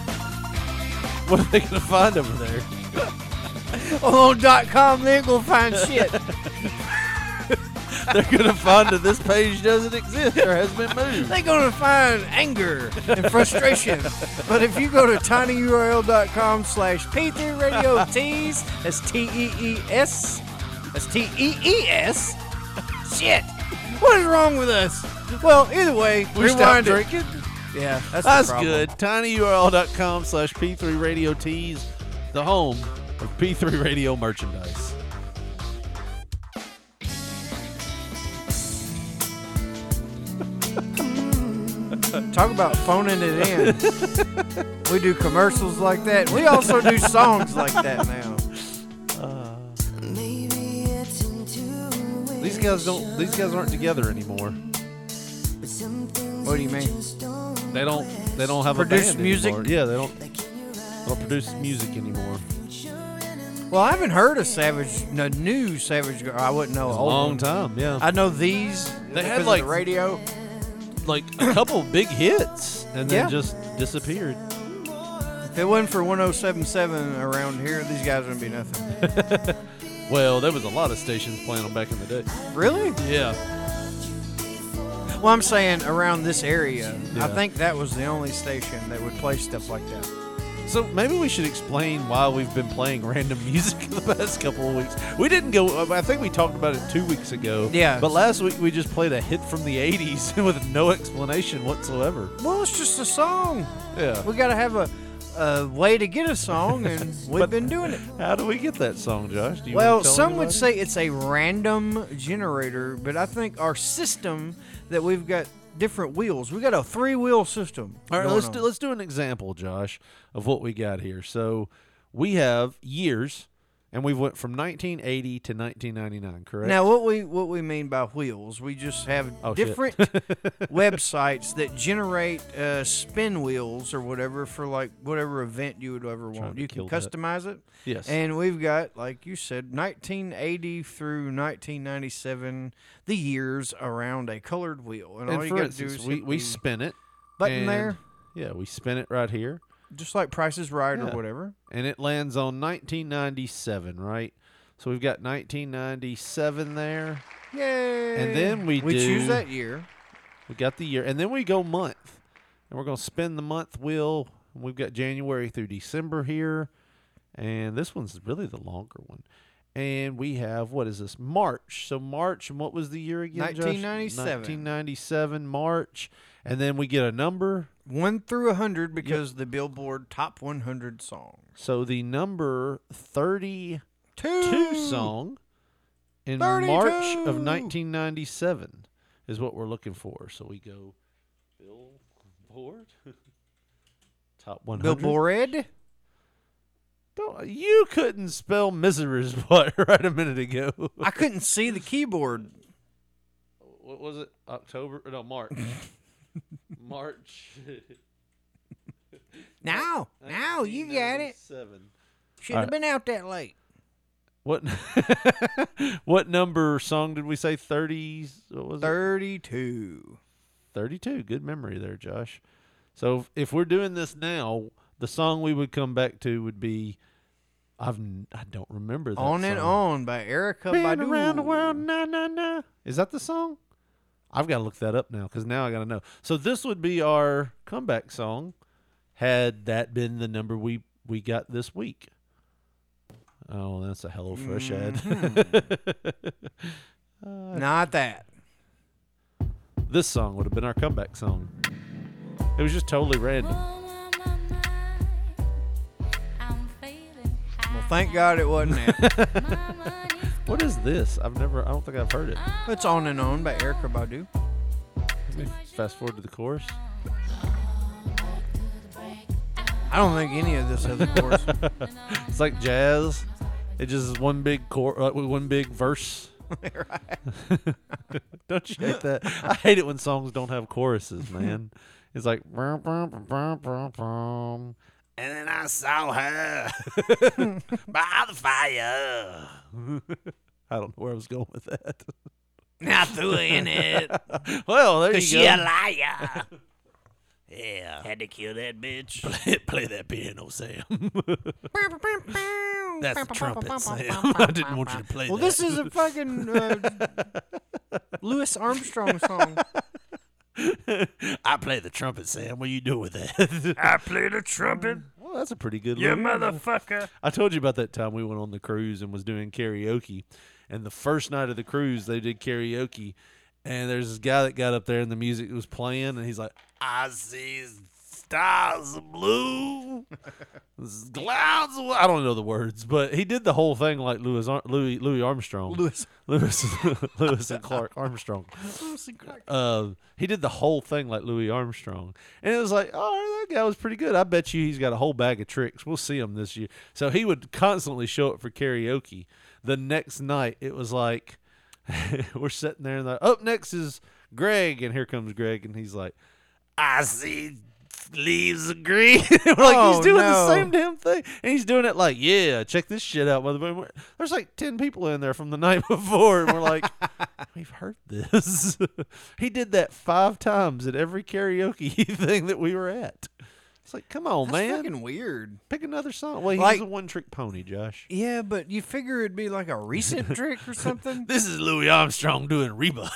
S9: what are they going to find over there?
S6: On Oh, dot com legal find shit.
S9: They're going to find that this page doesn't exist or has been moved.
S6: They're gonna find anger and frustration. but if you go to tinyurl.com slash P3 Radio Tees, that's T E E S. That's T E E S. Shit. What is wrong with us? Well, either way,
S9: We stopped
S6: rewind it.
S9: drinking?
S6: Yeah, that's, the
S9: That's
S6: problem.
S9: good. Tinyurl.com slash P3 Radio Tees, the home of P3 Radio merchandise.
S6: Talk about phoning it in. we do commercials like that. We also do songs like that now.
S9: These guys don't. These guys aren't together anymore.
S6: What do you mean?
S9: They don't. They don't have
S6: Produce
S9: a band
S6: music?
S9: Anymore. Yeah, they don't. They don't produce music anymore.
S6: Well, I haven't heard of Savage, no new Savage Garden. I wouldn't know. old
S9: Long
S6: ones.
S9: time. Yeah.
S6: I know these.
S9: They had,
S6: because of
S9: like-
S6: the radio.
S9: like a couple big hits and then
S6: Yeah.
S9: just disappeared.
S6: If it wasn't for 1077 around here, these guys wouldn't be nothing.
S9: Well, there was a lot of stations playing them back in the day.
S6: Really?
S9: Yeah.
S6: Well, I'm saying around this area.
S9: Yeah.
S6: I think that was the only station that would play stuff like that.
S9: So maybe we should explain why we've been playing random music the past couple of weeks. We didn't go. I think we talked about it two weeks ago.
S6: Yeah.
S9: But last week we just played a hit from the '80s with no explanation whatsoever.
S6: Well, it's just a song.
S9: Yeah.
S6: We got to have a, a way to get a song, and we've
S9: But-
S6: been doing it.
S9: How do we get that song, Josh? Do you wanna
S6: Well,
S9: tell
S6: some would
S9: anybody?
S6: say it's a random generator, but I think our system that we've got different wheels. We got a three-wheel system.
S9: All right,
S6: going
S9: let's
S6: on.
S9: do, let's do an example, Josh, of what we got here. So we have years, and we went from 1980 to 1999. Correct.
S6: Now, what we what we mean by wheels, we just have
S9: Oh, shit.
S6: different websites that generate uh, spin wheels or whatever for like whatever event you would ever want.
S9: to
S6: You can
S9: kill that.
S6: customize it.
S9: Yes.
S6: And we've got, like you said, 1980 through 1997, the years around a colored wheel. And, all
S9: and
S6: you
S9: for
S6: got to do
S9: instance,
S6: is
S9: we
S6: hit
S9: we
S6: the
S9: spin it.
S6: button
S9: and-
S6: there,
S9: Yeah, we spin it right here,
S6: just like Price is Right
S9: Yeah.
S6: or whatever.
S9: and it lands on 1997. Right. So we've got 1997 there.
S6: Yay!
S9: then we
S6: we choose
S9: do-
S6: that year.
S9: We got the year, and then we go month, and we're gonna spin the month wheel. We've got January through December here, and this one's really the longer one. And we have what is this March? So March, and what was the year again?
S6: 1997.
S9: Nineteen ninety-seven March, and then we get a number.
S6: One through a hundred because the Billboard Top 100 song.
S9: So the number thirty-two song in March of
S6: 32.
S9: nineteen ninety-seven is what we're looking for. So we go Billboard top one hundred.
S6: Billboard.
S9: Don't, you couldn't spell misery's butt right a minute ago.
S6: I couldn't see the keyboard.
S9: what was it? October? Oh, No, March. March.
S6: Now, now you got it.
S9: Seven.
S6: Should have
S9: Alright.
S6: been out that late.
S9: What? what number song did we say? Thirties. What was it?
S6: Thirty-two.
S9: Thirty-two. Good memory there, Josh. So if, if we're doing this now, the song we would come back to would be. I've n- I don't remember that
S6: On and
S9: song.
S6: on by Erica
S9: Been
S6: Badu.
S9: around the world, na na na. Is that the song? I've got to look that up now because now I got to know. So this would be our comeback song, had that been the number we we got this week. Oh, that's a HelloFresh
S6: Mm-hmm.
S9: ad.
S6: Not that.
S9: this song would have been our comeback song. It was just totally random.
S11: I'm feeling high.
S6: Thank God it wasn't that.
S9: What is this? I've never. I don't think I've heard it.
S6: it's on and on by Erica Badu.
S9: Let me fast forward to the chorus.
S6: I don't think any of this has a chorus.
S9: It's like jazz. It just is one big cor- uh, one big verse. don't you hate that? I hate it when songs don't have choruses, man. It's like brum, brum, brum, brum, brum, brum. and then I saw her by the fire. I don't know where I was going with that.
S10: I threw her in it.
S9: Well, there you
S10: Cause she
S9: go.
S10: a liar. yeah. Had to kill that bitch.
S9: Play, play that piano, Sam. That's the trumpet, Sam. I didn't want you to play
S6: Well,
S9: that.
S6: this is a fucking uh, Louis Armstrong song.
S9: I play the trumpet, Sam. What are you doing with that?
S10: I play the trumpet.
S9: well, that's a pretty good
S10: You
S9: little- uh,
S10: motherfucker.
S9: I told you about that time we went on the cruise and was doing karaoke. And the first night of the cruise, they did karaoke. And there's this guy that got up there and the music was playing. And he's like, I see stars blue, clouds. of-" I don't know the words, but he did the whole thing like Louis, Ar- Louis, Louis Armstrong.
S6: Louis.
S9: Lewis, Lewis and Clark Armstrong. Uh, he did the whole thing like Louis Armstrong, and it was like, oh, that guy was pretty good. I bet you he's got a whole bag of tricks. We'll see him this year. So he would constantly show up for karaoke. The next night, it was like we're sitting there, and like, up next is Greg, and here comes Greg, and he's like, I see leaves of green. We're like,
S6: Oh,
S9: he's doing the
S6: no.
S9: same damn thing. And he's doing it like, yeah, check this shit out, motherfucker. There's like 10 people in there from the night before. And we're like, we've heard this. he did that five times at every karaoke thing that we were at. It's like, come on,
S6: That's
S9: man.
S6: fucking weird.
S9: Pick another song. Well, he's
S6: Like-
S9: a one trick pony, Josh.
S6: Yeah, but you figure it'd be like a recent trick or something.
S9: This is Louis Armstrong doing Reba.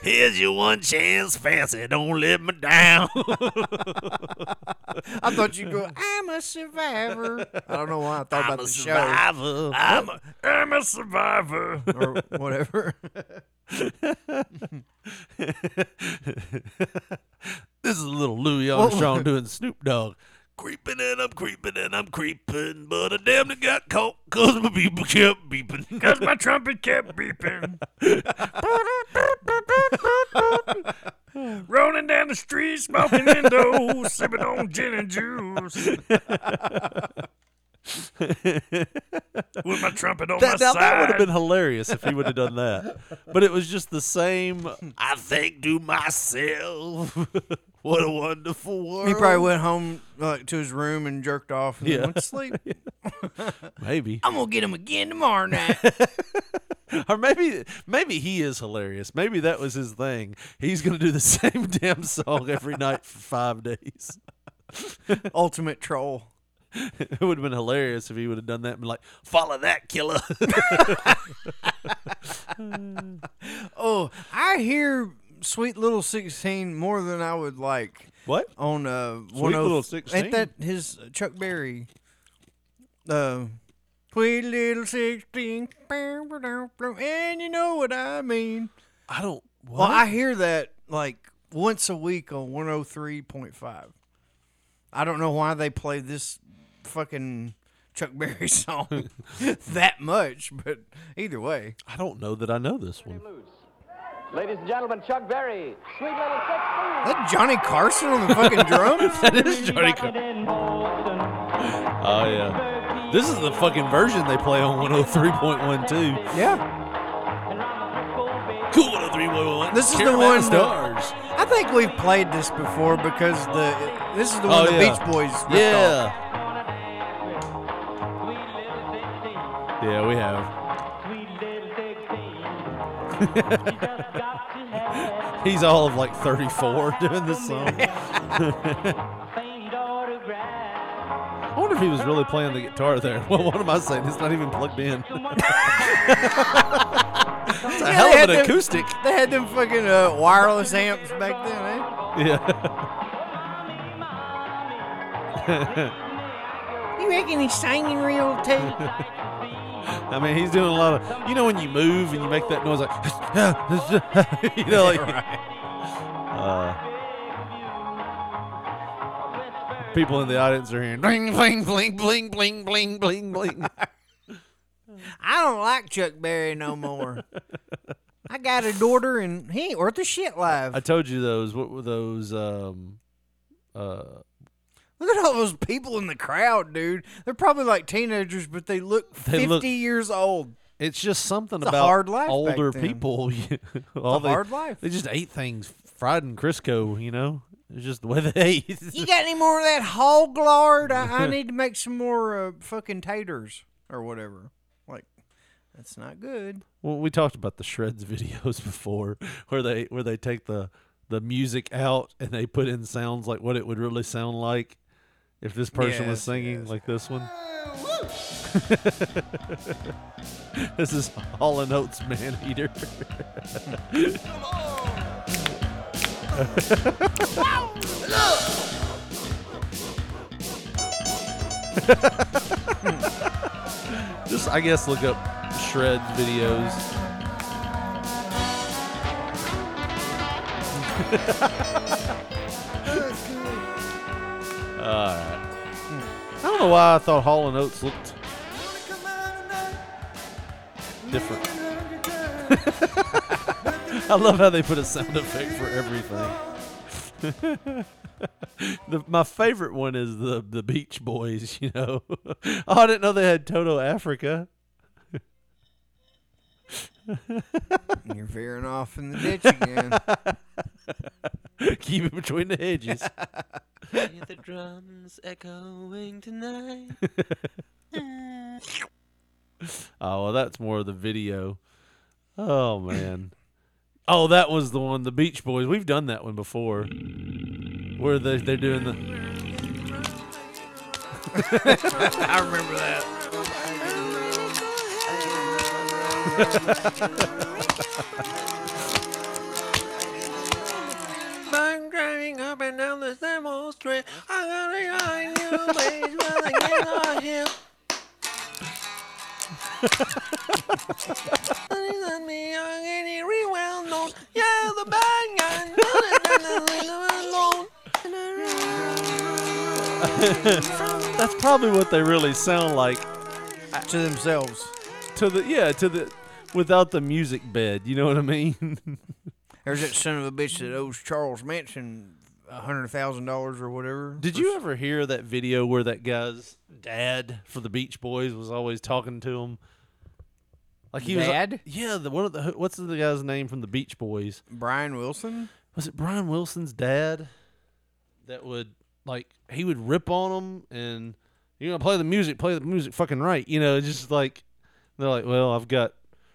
S10: Here's your one chance, fancy. Don't let me down.
S6: I thought you'd go, I'm a survivor. I don't know why I thought
S10: I'm
S6: about
S10: a
S6: the
S10: survivor. I'm a, I'm a survivor.
S6: show or whatever.
S9: this is little Louis Armstrong doing Snoop Dogg.
S10: Creeping and I'm creeping and I'm creeping, but I damn near got caught because my people kept beeping. Because my trumpet kept beeping. Rolling down the street, smoking Indo, sipping on gin and juice. With my trumpet on
S9: That,
S10: my
S9: now
S10: side.
S9: that would have been hilarious if he would have done that, but it was just the same.
S10: I think to myself, what a wonderful world.
S6: He probably went home like to his room and jerked off and
S9: Yeah.
S6: then went to sleep.
S9: Maybe,
S10: I'm going to get him again tomorrow night.
S9: or maybe, maybe he is hilarious. Maybe that was his thing. He's gonna do the same damn song every night for five days.
S6: Ultimate troll.
S9: It would have been hilarious if he would have done that and been like, "Follow that killer."
S6: Oh, I hear Sweet Little 16 more than I would like
S9: what?
S6: on uh Sweet
S9: Little
S6: Ain't
S9: 16?
S6: that his Chuck Berry? Uh, Sweet Little 16. And you know what I mean.
S9: I don't. What?
S6: Well, I hear that like once a week on 103.5. I don't know why they play this fucking Chuck Berry song that much, but either way.
S9: I don't know that I know this one.
S2: Ladies and gentlemen, Chuck Berry, sweet little
S6: Is that Johnny Carson on the fucking drums?
S9: That is Johnny Cochran. Oh yeah. This is the fucking version they play on 103.12.
S6: yeah.
S9: Cool 103.11.
S6: This is the
S9: Caramel
S6: one that-
S9: Stars.
S6: I think we've played this before because the this is the
S9: Oh,
S6: one the
S9: yeah.
S6: Beach Boys ripped off.
S9: Yeah. Yeah, we have. He's all of like 34 doing this song. I wonder if he was really playing the guitar there. Well, what am I saying? It's not even plugged in. It's a
S6: Yeah,
S9: hell
S6: they
S9: of
S6: had
S9: an
S6: them-
S9: acoustic.
S6: They had them fucking uh, wireless amps back then, eh?
S9: Yeah.
S6: You reckon he's singing real too?
S9: I mean, he's doing a lot of. You know, when you move and you make that noise, like. you know, like. Uh, People in the audience are hearing bling, bling, bling, bling, bling, bling, bling, bling.
S6: I don't like Chuck Berry no more. I got a daughter, and he ain't worth a shit live.
S9: I told you those. What were those? Um, uh,
S6: Look at all those people in the crowd, dude. They're probably like teenagers, but they look
S9: They
S6: 50
S9: look-
S6: years old.
S9: it's just something
S6: a
S9: about
S6: hard life back
S9: older
S6: then.
S9: people. All
S6: A
S9: they,
S6: hard life.
S9: they just ate things fried in Crisco. You know, it's just the way they ate.
S6: You got any more of that hog lard? I, I need to make some more uh, fucking taters or whatever. Like, that's not good.
S9: Well, we talked about the shreds videos before, where they where they take the the music out and they put in sounds like what it would really sound like if this person was
S6: Yes,
S9: singing like this one. this is Hall and Oates Man Eater. Just I guess look up shreds videos. All right. I don't know why I thought Hall and Oates looked different. I love how they put a sound effect for everything. the, my favorite one is the the Beach Boys. You know, oh, I didn't know they had Toto Africa.
S6: You're veering off in the ditch again.
S9: Keep it between the hedges.
S3: the drums echoing tonight.
S9: Oh well, that's more of the video. Oh man. oh, that was the one, the Beach Boys. We've done that one before, where they they're doing the.
S10: I remember that.
S3: I'm driving up and down the same old street. I gotta find you, but I cannot hear. Please let me young and he really well known. Yeah, the bad guy.
S9: That's probably what they really sound like
S6: to themselves.
S9: to the yeah to the without the music bed. You know what I mean?
S6: There's that son of a bitch that owes Charles Manson a hundred thousand dollars or whatever.
S9: Did you ever hear that video where that guy's dad for the Beach Boys was always talking to him? Like he
S6: Dad?
S9: was, yeah. The one of the what's the guy's name from the Beach Boys?
S6: Brian Wilson?
S9: was it Brian Wilson's dad that would like he would rip on him and you know play the music, play the music fucking right, you know, just like they're like, well, I've got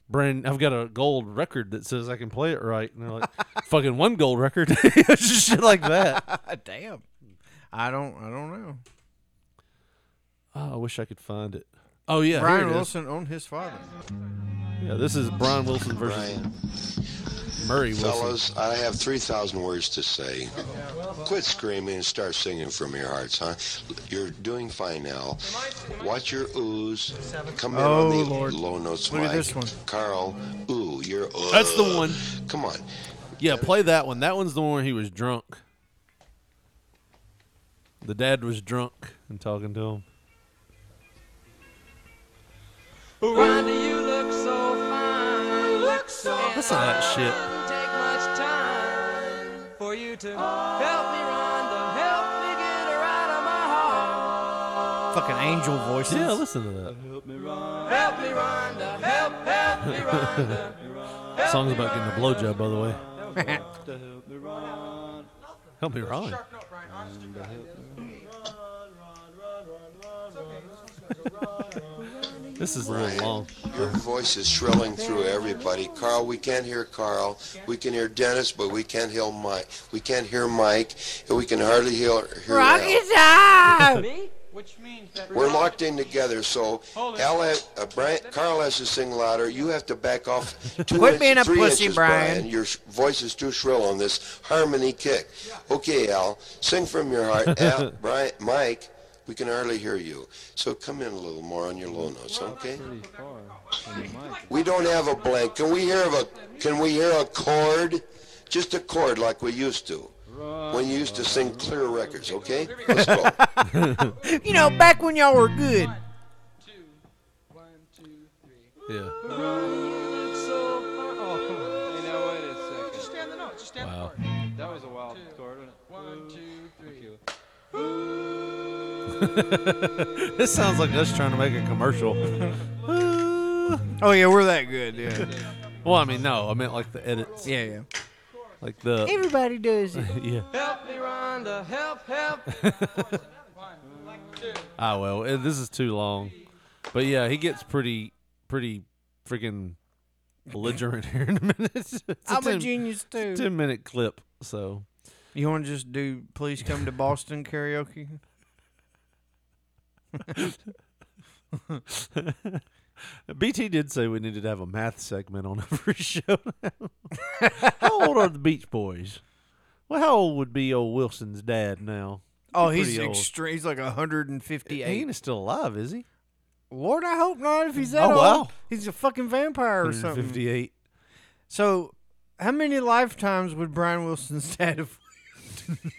S9: brand, I've got a gold record that says I can play it right, and they're like, fucking one gold record, It's just shit like that.
S6: Damn. I don't. I don't know.
S9: Oh, I wish I could find it. Oh yeah, here
S6: Brian
S9: it is.
S6: Wilson owned his father.
S9: Yeah, this is Brian Wilson versus Murray Wilson.
S11: I have 3,000 words to say. Quit screaming and start singing from your hearts, huh? You're doing fine now. Watch your oohs. Come in
S6: Oh,
S11: on the
S6: Lord.
S11: low notes,
S6: Look at
S11: Mike.
S6: this one.
S11: Carl, ooh, you're ooh.
S9: That's the one.
S11: Come on.
S9: Yeah, play that one. That one's the one where he was drunk. The dad was drunk and talking to him.
S3: Why do you look so fine? You look so
S9: Listen to that shit.
S3: Doesn't take much time for you to help me, Rhonda. Help me get her out of my heart.
S6: Fucking angel voices.
S9: Yeah, listen to that.
S3: Help me, Rhonda. Help, help me, Rhonda.
S9: Song's about getting a blowjob, by the way. Help me, Ron. This is a little long.
S11: Your voice is shrilling through everybody. Carl, we can't hear Carl. We can hear Dennis, but we can't hear Mike. We can't hear Mike, and we can hardly hear, hear Al.
S3: Me? Which means that
S11: We're locked in together, so Al ha- uh, Brian, Carl has to sing louder. You have to back off two
S6: Quit
S11: inch-
S6: being a
S11: three
S6: pussy,
S11: inches,
S6: Brian.
S11: Your sh- voice is too shrill on this harmony kick. Okay, Al, sing from your heart. Al, Brian, Mike, we can hardly hear you, so come in a little more on your low notes, okay? We don't have a blank. Can we hear of a? Can we hear a chord? Just a chord like we used to. when you used to sing clear records, okay? Let's go.
S6: you know, back when y'all were good.
S9: Yeah.
S3: Wow. That was a wild chord, wasn't it? One, two, three.
S9: this sounds like us trying to make a commercial. Uh,
S6: oh yeah, we're that good. Yeah.
S9: Well, I mean, no, I meant like the edits.
S6: Yeah, yeah.
S9: Like the
S6: Everybody does it.
S9: yeah.
S3: Help me, Rhonda, help, help.
S9: Ah well, eh, this is too long. But yeah, he gets pretty, pretty freaking belligerent here in a minute. It's a
S6: I'm a
S9: 10
S6: genius too.
S9: Ten minute clip. So
S6: You want to just do "Please Come to Boston" karaoke?
S9: BT did say we needed to have a math segment on every show. how old are the Beach Boys? Well, how old would be old Wilson's dad now?
S6: Oh, he's
S9: pretty old.
S6: extreme. He's like
S9: He
S6: 158.
S9: ain't still alive, is he?
S6: Lord, I hope not. If he's that
S9: Oh,
S6: old,
S9: wow.
S6: he's a fucking vampire or something.
S9: 158.
S6: So, how many lifetimes would Brian Wilson's dad have lived?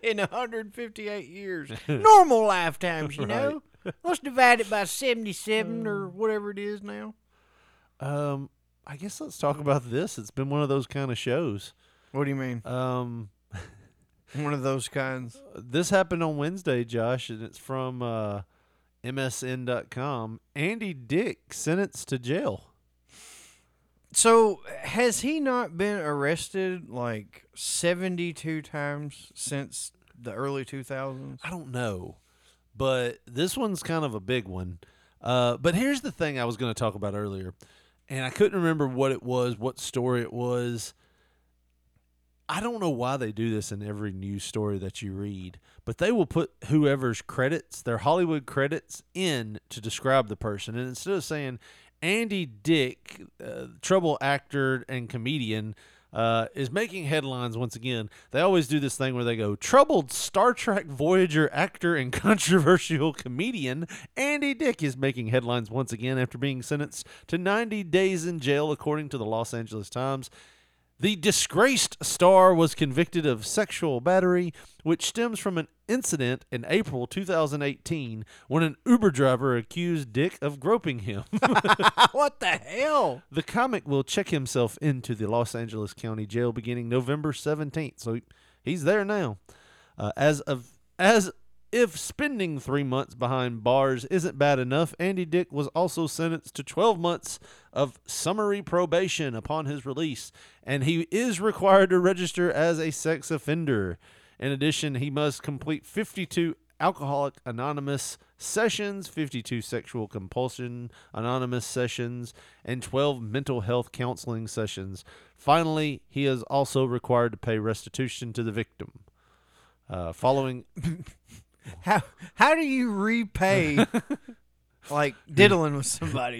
S6: in 158 years? Normal lifetimes, you know. Let's divide it by 77 or whatever it is now.
S9: Um, I guess let's talk about this. It's been one of those kind of shows.
S6: What do you mean?
S9: Um,
S6: One of those kinds.
S9: this happened on Wednesday, Josh, and it's from uh, MSN.com. Andy Dick sentenced to jail.
S6: So, has he not been arrested like 72 times since the early 2000s?
S9: I don't know, but this one's kind of a big one. Uh, but here's the thing I was going to talk about earlier, and I couldn't remember what it was, what story it was. I don't know why they do this in every news story that you read, but they will put whoever's credits, their Hollywood credits, in to describe the person. And instead of saying Andy Dick, uh, trouble actor and comedian, uh, is making headlines once again, they always do this thing where they go, troubled Star Trek Voyager actor and controversial comedian Andy Dick is making headlines once again after being sentenced to 90 days in jail, according to the Los Angeles Times. The disgraced star was convicted of sexual battery, which stems from an incident in April 2018 when an Uber driver accused Dick of groping him.
S6: what the hell?
S9: the comic will check himself into the Los Angeles County Jail beginning November 17th, so he- he's there now. Uh, as of as if spending three months behind bars isn't bad enough, Andy Dick was also sentenced to 12 months of summary probation upon his release, and he is required to register as a sex offender. In addition, he must complete 52 Alcoholic Anonymous sessions, 52 Sexual Compulsion Anonymous sessions, and 12 mental health counseling sessions. Finally, he is also required to pay restitution to the victim. Uh, following
S6: How how do you repay like diddling with somebody?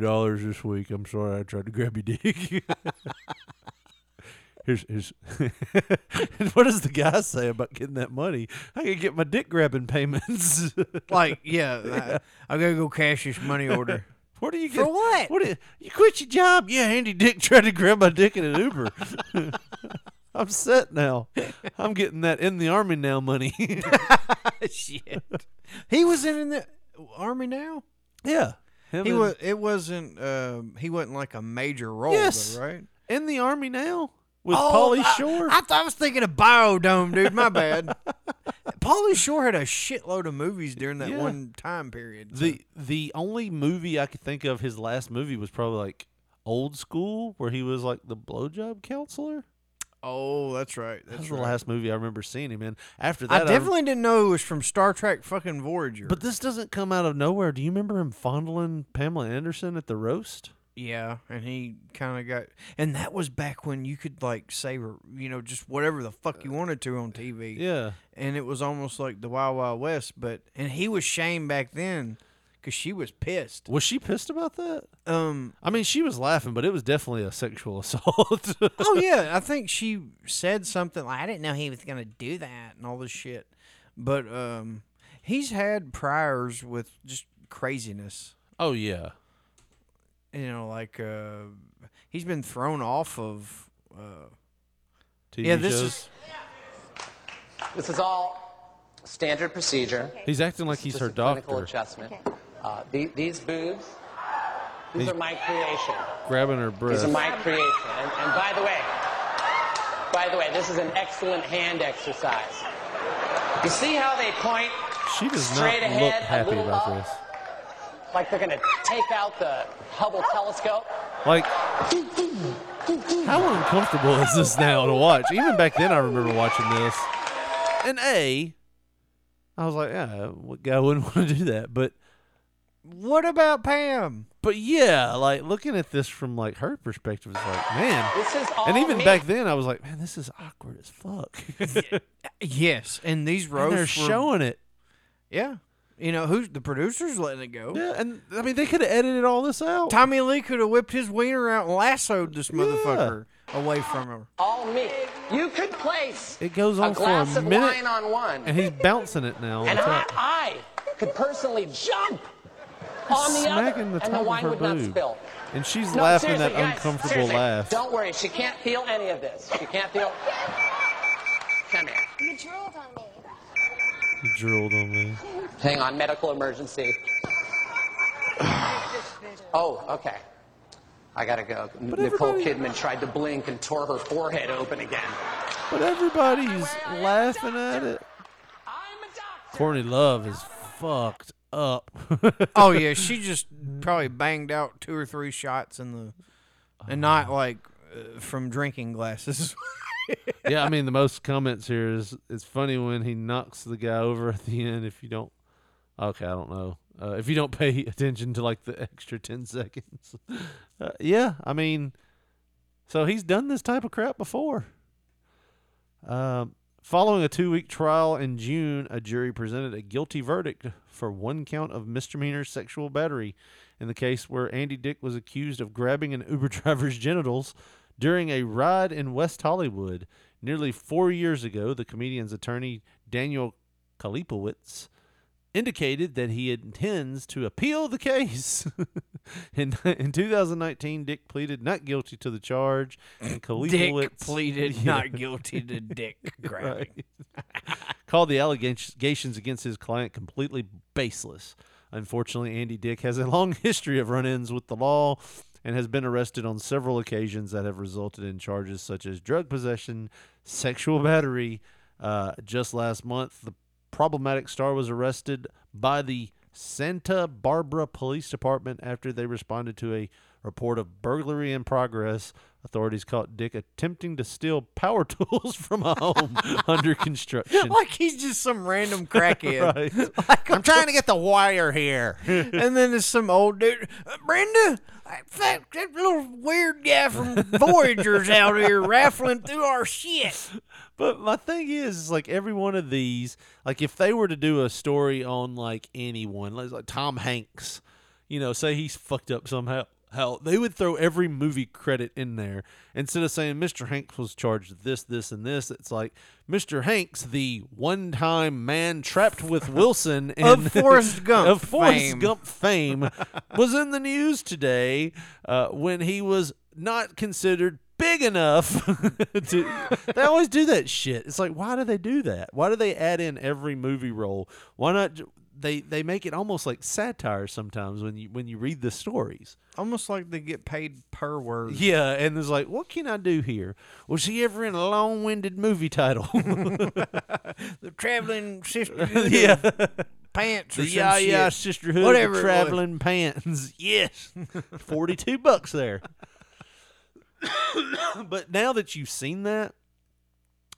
S9: dollars this week. I'm sorry I tried to grab your dick. here's here's what does the guy say about getting that money? I can get my dick grabbing payments.
S6: Like, yeah, I, I gotta go cash this money order.
S9: What do you
S6: For
S9: get?
S6: what?
S9: What do you, you quit your job? Yeah, Andy Dick tried to grab my dick in an Uber. I'm set now. I'm getting that in the army now money.
S6: Shit. He was in the army now.
S9: yeah, him
S6: He
S9: in-
S6: was. It wasn't. Um, he wasn't like a major role, though,
S9: Yes.
S6: right?
S9: in the army now with
S6: Oh,
S9: Polly
S6: I-
S9: Shore.
S6: I, thought I was thinking of Biodome, dude. My bad. Paulie Shore had a shitload of movies during that
S9: Yeah.
S6: one time period. so-
S9: the the only movie I could think of his last movie was probably like Old School, where he was like the blowjob counselor.
S6: oh, that's right.
S9: That
S6: That's
S9: was
S6: right.
S9: the last movie I remember seeing him in. After
S6: I
S9: that,
S6: definitely didn't know it was from Star Trek fucking Voyager.
S9: but this doesn't come out of nowhere. Do you remember him fondling Pamela Anderson at the roast?
S6: yeah, and he kind of got, and that was back when you could like say, r- you know, just whatever the fuck you wanted to on TV.
S9: Uh, Yeah.
S6: and it was almost like the Wild Wild West. But and he was shamed back then because she was pissed.
S9: Was she pissed about that?
S6: Um.
S9: I mean, she was laughing, but it was definitely a sexual assault.
S6: oh yeah, I think she said something like, "I didn't know he was gonna do that" and all this shit. But um, he's had priors with just craziness.
S9: oh yeah.
S6: you know, like uh, he's been thrown off of uh,
S9: TV
S6: Yeah, this
S9: shows.
S6: is-
S12: This is all standard procedure.
S9: He's acting like he's
S12: Just
S9: her
S12: a clinical
S9: doctor.
S12: adjustment. Uh, the- these boobs, these
S9: He's-
S12: are my creation.
S9: grabbing her breast.
S12: These are my creation. And, and by the way, by the way, this is an excellent hand exercise. You see how they point
S9: she does not
S12: straight
S9: look
S12: ahead, a
S9: happy
S12: little
S9: about
S12: up,
S9: this.
S12: like they're going to take out the Hubble telescope?
S9: Like, how uncomfortable is this now to watch? Even back then, I remember watching this. And A, I was like, yeah, what guy wouldn't want to do that? But
S6: What about Pam?
S9: But yeah, like looking at this from like her perspective, it's like, man.
S6: This is all
S9: and even
S6: me.
S9: back then, I was like, man, this is awkward as fuck.
S6: yes, and these roads
S9: they're
S6: were-
S9: showing it.
S6: Yeah, you know who's the producers letting it go.
S9: Yeah, and I mean they could have edited all this out.
S6: Tommy Lee could have whipped his wiener out and lassoed this motherfucker away from her.
S12: All me. You could place
S9: It goes
S12: a
S9: on for
S12: glass
S9: a
S12: of
S9: minute,
S12: wine on one.
S9: and he's bouncing it now.
S12: And
S9: It's
S12: I,
S9: like,
S12: I could personally jump on the
S9: smacking
S12: other,
S9: the top
S12: and the
S9: of
S12: wine
S9: her
S12: would not
S9: boob.
S12: spill.
S9: And she's
S12: No,
S9: laughing that
S12: seriously, guys,
S9: uncomfortable
S12: seriously,
S9: laugh.
S12: Don't worry, she can't feel any of this. She can't feel. Come here.
S1: You drooled on me.
S9: He drilled on me.
S12: Hang on, medical emergency. oh, okay. I gotta go. Nicole Kidman tried to blink and tore her forehead open again.
S9: But everybody's laughing at it. Courtney Love is fucked up.
S6: oh yeah, she just probably banged out two or three shots in the, and not
S9: Uh-huh.
S6: like uh, from drinking glasses.
S9: yeah, I mean the most comments here is it's funny when he knocks the guy over at the end if you don't. Okay, I don't know uh, if you don't pay attention to like the extra ten seconds. Uh, yeah, I mean, so he's done this type of crap before. Um, following a two-week trial in June, a jury presented a guilty verdict for one count of misdemeanor sexual battery in the case where Andy Dick was accused of grabbing an Uber driver's genitals during a ride in West Hollywood. Nearly four years ago, the comedian's attorney, Daniel Kalipowitz, indicated that he intends to appeal the case. in, in 2019, Dick pleaded not guilty to the charge, and Kalipowitz
S6: Dick pleaded
S9: Yeah.
S6: not guilty to dick grabbing.
S9: called the allegations against his client completely baseless. Unfortunately, Andy Dick has a long history of run ins with the law and has been arrested on several occasions that have resulted in charges such as drug possession, sexual battery. Uh, just last month, the problematic star was arrested by the Santa Barbara Police Department after they responded to a report of burglary in progress. Authorities caught Dick attempting to steal power tools from a home under construction.
S6: like he's just some random crackhead.
S9: Right.
S6: Like,
S9: I'm trying to get the wire here.
S6: and then there's some old dude, "Uh, Brenda. I- That, that little weird guy from Voyager's out here raffling through our shit.
S9: But my thing is, is like every one of these, like if they were to do a story on like anyone, like, like Tom Hanks, you know, say he's fucked up somehow, how they would throw every movie credit in there instead of saying Mr. Hanks was charged this, this, and this. It's like Mr. Hanks, the one-time man trapped with Wilson in,
S6: Of Forrest Gump
S9: of Forrest
S6: fame.
S9: Gump fame, was in the news today uh, when he was not considered big enough to they always do that shit it's like why do they do that why do they add in every movie role why not ju- they they make it almost like satire sometimes when you when you read the stories
S6: Almost like they get paid per word.
S9: yeah and it's like what can i do here was he ever in a long-winded movie title
S6: The traveling sister.
S9: Yeah.
S6: Pants or
S9: the
S6: some
S9: yeah yeah
S6: shit.
S9: sisterhood Whatever
S6: Whatever it was.
S9: traveling pants yes 42 bucks there but now that you've seen that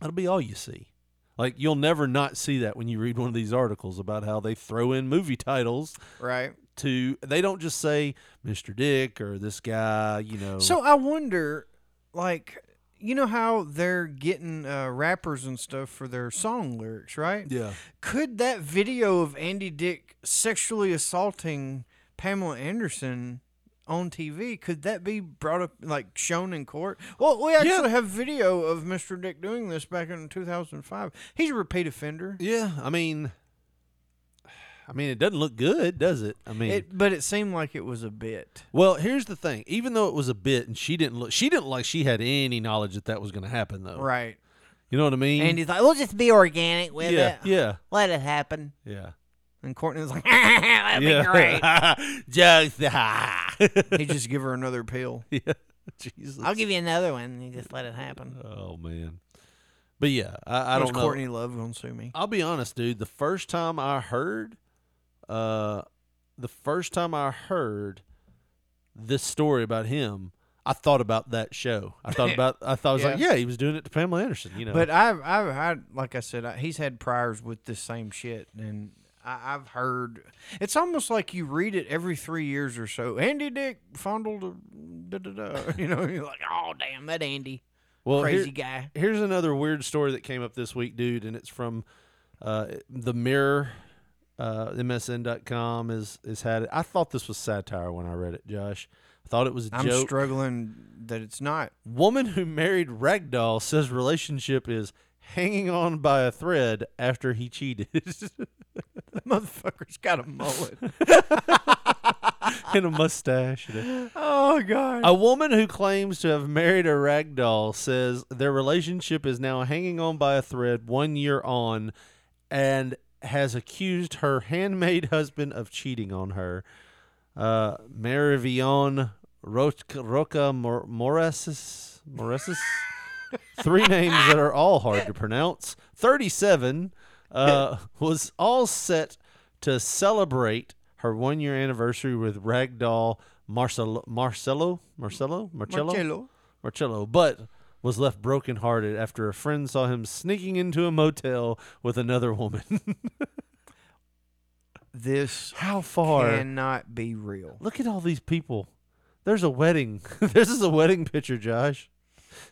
S9: that'll be all you see like you'll never not see that when you read one of these articles about how they throw in movie titles
S6: right
S9: to they don't just say mr dick or this guy you know
S6: So I wonder, like, you know how they're getting uh, rappers and stuff for their song lyrics, right?
S9: Yeah.
S6: Could that video of Andy Dick sexually assaulting Pamela Anderson on TV could that be brought up like shown in court? Well, we actually have video of Mr. Dick doing this back in 2005. He's a repeat offender.
S9: Yeah, I mean, i mean it doesn't look good does it i mean
S6: it, but it seemed like it was a bit.
S9: Well, here's the thing. Even though it was a bit, and she didn't look, she didn't like she had any knowledge that that was going to happen, though.
S6: Right.
S9: You know what I mean?
S6: And he's like, we'll just be organic with
S9: Mm. Yeah,
S6: it.
S9: yeah.
S6: Let it happen.
S9: Yeah.
S6: And Courtney's like, that'd be great.
S9: Jokes.
S6: he just give her another pill.
S9: Yeah. Jesus.
S6: I'll give you another one. And he just let it happen.
S9: Oh man. But yeah, I, I
S6: Who's
S9: don't know.
S6: Courtney Love gonna sue me?
S9: I'll be honest, dude. The first time I heard, uh, the first time I heard this story about him, I thought about that show. I thought about. I thought I was like,
S6: Yeah.
S9: yeah, he was doing it to Pamela Anderson. You know,
S6: But I've, I've had, like I said, I, he's had priors with this same shit, and I, I've heard. It's almost like you read it every three years or so. Andy Dick fondled, a da da da. You know, you're like, oh damn, that Andy, crazy
S9: here-
S6: guy.
S9: Here's another weird story that came up this week, dude, and it's from uh, the Mirror. Uh, MSN.com is is had it. I thought this was satire when I read it, Josh. I thought it was a
S6: I'm
S9: joke.
S6: struggling that it's not.
S9: Woman who married Ragdoll says relationship is hanging on by a thread after he cheated.
S6: Motherfucker's got a mullet.
S9: and a mustache. and a-
S6: Oh god.
S9: A woman who claims to have married a ragdoll says their relationship is now hanging on by a thread one year on and has accused her handmade husband of cheating on her. Uh, Marivion Roca, Roca Mor- Moresis. Moresis? Three names that are all hard to pronounce. 37 uh, was all set to celebrate her one year anniversary with Ragdoll Marcelo, Marcelo, Marcelo, Marcello,
S6: Marcello.
S9: Marcello, but was left brokenhearted after a friend saw him sneaking into a motel with another woman.
S6: this
S9: how far
S6: cannot be real.
S9: Look at all these people. There's a wedding. this is a wedding picture, Josh.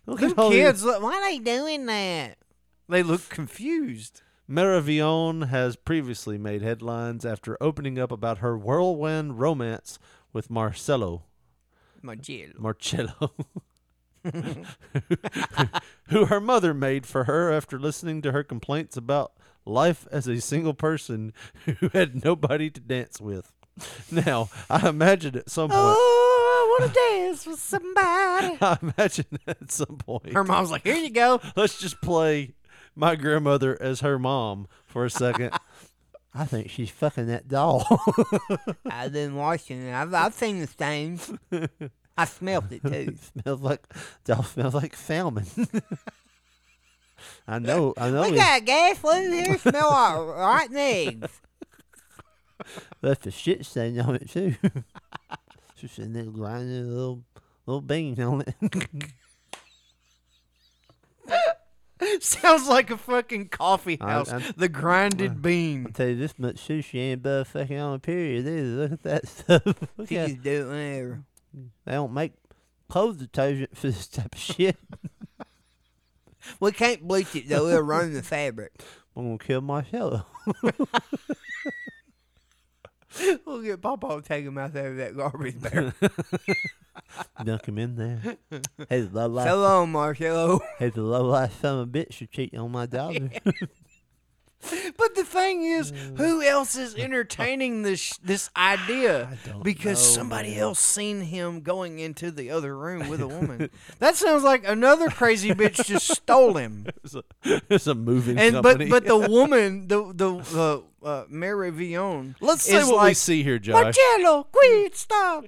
S9: Look
S6: Them
S9: at all these-
S6: kids, look, why are they doing that? They look confused.
S9: Meravion has previously made headlines after opening up about her whirlwind romance with Marcelo.
S6: Marcello.
S9: Marcello. who her mother made for her after listening to her complaints about life as a single person who had nobody to dance with. Now, I imagine at some point,
S6: Oh, I want to dance with somebody.
S9: I imagine at some point,
S6: Her mom's like, "Here you go."
S9: Let's just play my grandmother as her mom for a second. I think she's fucking that doll.
S6: I've been watching it. I've, I've seen the stains. I smelt it too.
S9: smells like doll smells like salmon. I know. I know.
S6: we
S9: it-
S6: got gas leak here. Smell like rotten eggs.
S9: left a shit stain on it too. Just a little grinding little little beans on it.
S6: Sounds like a fucking coffee
S9: I-
S6: house.
S9: I-
S6: the grinded bean.
S9: I'll tell you this much sushi ain't above fucking on a period either. Look at that stuff. Look
S6: You
S9: at,
S6: can do it whenever.
S9: they don't make clothes detergent for this type of shit.
S6: We can't bleach it though. It'll run the fabric.
S9: I'm gonna kill Marcello.
S6: We'll get Papa to take him out there with that garbage barrel.
S9: Dunk him in there. Hey, low life.
S6: so long, Marcelo.
S9: Hey, the low life son of a bitch who cheating on my daughter.
S6: But the thing is,
S9: Mm.
S6: who else is entertaining this this idea? because somebody else seen him going into the other room with a woman. that sounds like another crazy bitch just stole him.
S9: it's, a, it's a moving
S6: And but but the woman, the the the uh, Mary Vion.
S9: Let's say
S6: is
S9: what we
S6: like,
S9: see here, Josh.
S6: Marcello, quit, stop.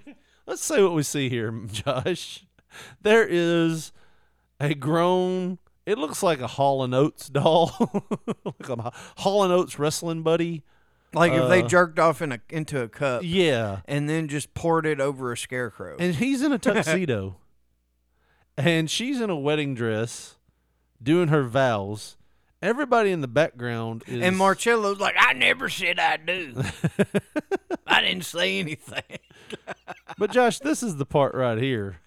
S9: Let's say what we see here, Josh. There is a grown. It looks like a Hall and Oates doll, like a Hall and Oates wrestling buddy.
S6: Like if they
S9: Uh,
S6: jerked off in a into a cup,
S9: Yeah,
S6: and then just poured it over a scarecrow.
S9: and he's in a tuxedo, and she's in a wedding dress, doing her vows. Everybody in the background is
S6: And Marcello's like, I never said I do. I didn't say anything.
S9: But Josh, this is the part right here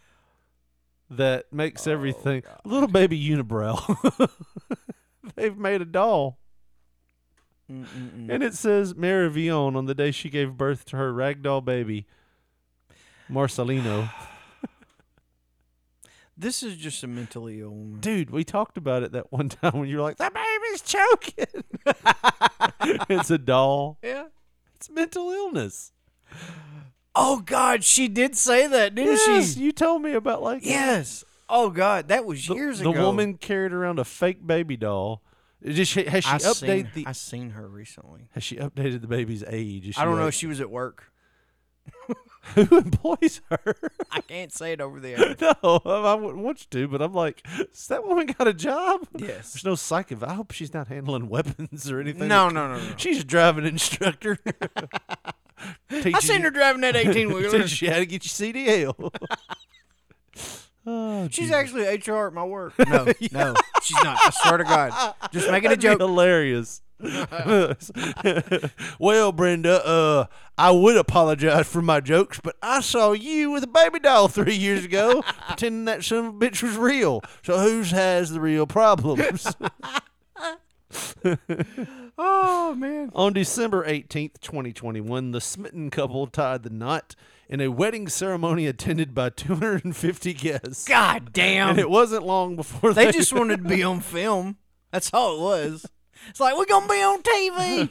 S9: that makes everything little baby unibrow. They've made a doll. And it says Mary Vion on the day she gave birth to her ragdoll baby, Marcelino.
S6: This is just a mentally ill woman.
S9: Dude, we talked about it that one time when you were like, "That baby's choking." it's a doll.
S6: Yeah.
S9: It's mental illness.
S6: Oh God, she did say that, didn't
S9: yes,
S6: she?
S9: you told me about like that.
S6: Yes. Oh God, that was years
S9: the
S6: ago.
S9: woman carried around a fake baby doll. Did she, has she
S6: I seen
S9: updated
S6: her-
S9: the?
S6: I seen her recently.
S9: Has she updated the baby's age? Is
S6: I
S9: she
S6: don't know.
S9: like-
S6: She was at work.
S9: who employs her?
S6: I can't say it over there.
S9: no, I I wouldn't want you to, but I'm like, has that woman got a job?
S6: Yes.
S9: There's no psych. ev- I hope she's not handling weapons or anything.
S6: No,
S9: that
S6: no,
S9: could-
S6: no, no.
S9: She's a driving instructor.
S6: I seen her driving that 18 wheeler.
S9: Teaches you how to get your CDL. Oh,
S6: She's
S9: geez.
S6: actually HR at my work. No, no, she's not. I swear to God. Just making a
S9: That'd be
S6: joke.
S9: hilarious. well, Brenda, uh, I would apologize for my jokes, but I saw you with a baby doll three years ago, pretending that son of a bitch was real. So whose has the real problems?
S6: Oh man.
S9: On December 18th, 2021, the smitten couple tied the knot in a wedding ceremony attended by 250 guests.
S6: God damn.
S9: And it wasn't long before
S6: They just wanted to be on film. That's all it was. It's like we're gonna be on TV.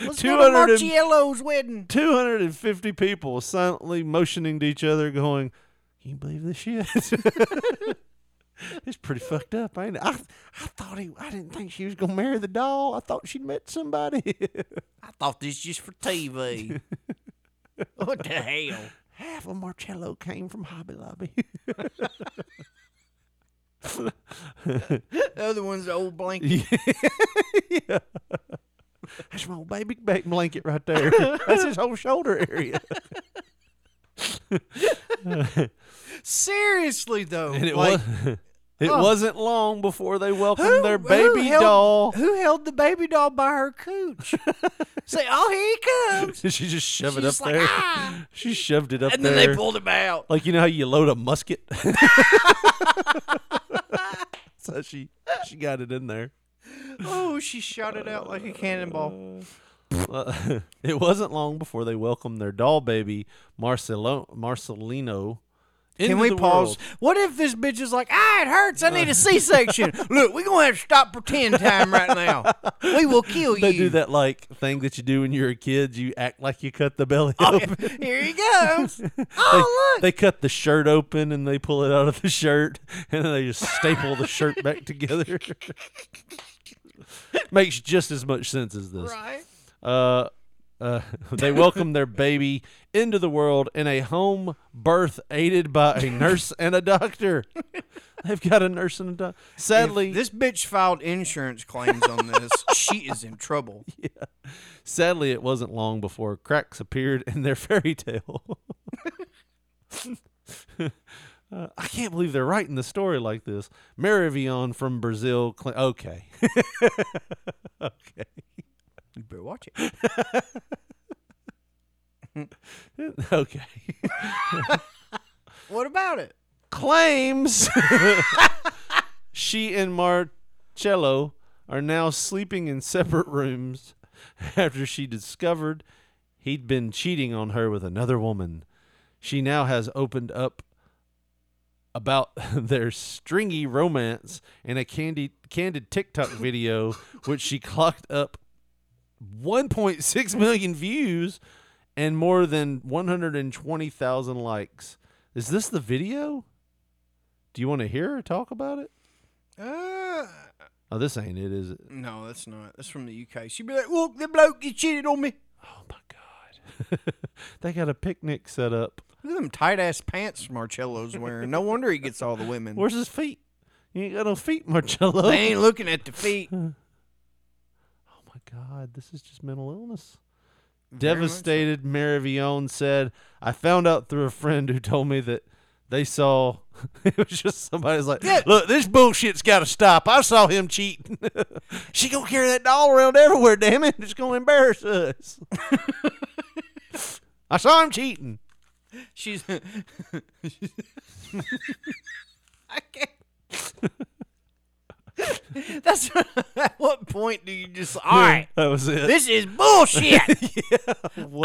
S6: Let's go to
S9: 200 and-
S6: Marciello's wedding.
S9: 250 people silently motioning to each other, going, "Can you believe this shit? it's pretty fucked up, ain't it?" I, I thought he, I didn't think she was gonna marry the doll. I thought she'd met somebody.
S6: I thought this was just for TV. what the hell?
S9: Half of Marcello came from Hobby Lobby.
S6: The other one's the old blanket.
S9: yeah. That's my old baby back blanket right there. That's his whole shoulder area.
S6: Seriously though,
S9: And it
S6: like,
S9: was. It
S6: Oh.
S9: wasn't long before they welcomed
S6: who-
S9: their
S6: who
S9: baby
S6: held-
S9: doll.
S6: Who held the baby doll by her cooch? Say, oh here he comes.
S9: she just shoved
S6: She's
S9: it up
S6: just like,
S9: there.
S6: "Ah!"
S9: She shoved it up
S6: and
S9: there.
S6: then they pulled him out.
S9: Like you know how you load a musket. so she she got it in there.
S6: Oh, she shot it out like a cannonball.
S9: Uh, it wasn't long before they welcomed their doll baby Marcelo Marcelino. into
S6: Can we
S9: the
S6: pause?
S9: world.
S6: What if this bitch is like, ah, it hurts. I
S9: Uh.
S6: need a C-section. Look, we're gonna have to stop pretend time right now. We will kill you.
S9: They do that like thing that you do when you're a kid. You act like you cut the belly open.
S6: Here he goes.
S9: They,
S6: Oh look.
S9: they cut the shirt open and they pull it out of the shirt and then they just staple the shirt back together. Makes just as much sense as this.
S6: right.
S9: Uh, uh, they welcomed their baby into the world in a home birth aided by a nurse and a doctor. They've got a nurse and a doctor. Sadly,
S6: If this bitch filed insurance claims on this. she is in trouble.
S9: sadly, it wasn't long before cracks appeared in their fairy tale. Uh, I can't believe they're writing the story like this. Marivion from Brazil. Cl- okay.
S6: You better watch it.
S9: okay.
S6: What about it?
S9: claims she and Marcello are now sleeping in separate rooms after she discovered he'd been cheating on her with another woman. She now has opened up about their stringy romance in a candy, candid TikTok video, which she clocked up 1.6 million views and more than 120,000 likes. Is this the video? Do you want to hear her talk about it?
S6: Uh,
S9: Oh, this ain't it, is it?
S6: no, that's not. That's from the UK. She'd be like, look, the bloke he cheated on me.
S9: Oh my god. they got a picnic set up.
S6: Look at them tight ass pants Marcello's wearing. No wonder he gets all the women.
S9: Where's his feet? You ain't got no feet, Marcello.
S6: Mm. They ain't looking at the feet.
S9: Oh my god, this is just mental illness.
S6: Very much so.
S9: Devastated, Marivion said, I found out through a friend who told me that they saw it was just somebody's like,
S6: Yeah.
S9: Look, this bullshit's gotta stop. I saw him cheating. she gonna carry that doll around everywhere, damn it. It's gonna embarrass us. I saw him cheating.
S6: She's. I can't. That's at what point do you just all right?
S9: That was it.
S6: This is bullshit.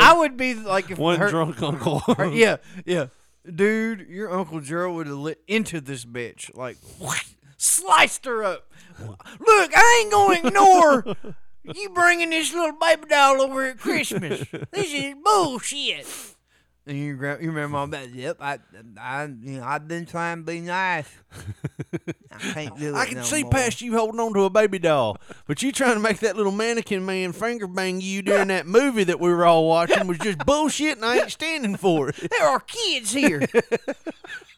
S6: I would be like if
S9: One
S6: her-
S9: drunk uncle.
S6: her- yeah, yeah, dude, your uncle Gerald would have lit into this bitch like sliced her up. Look, I ain't gonna ignore you bringing this little baby doll over at Christmas. This is bullshit. And you, gra- you remember all that? Yep, I, I, you know, I've been trying to be nice. I can't do it.
S9: I can
S6: no
S9: see
S6: more.
S9: past you holding on to a baby doll, but you trying to make that little mannequin man finger bang you during that movie that we were all watching was just bullshit, and I ain't standing for it.
S6: There are kids here.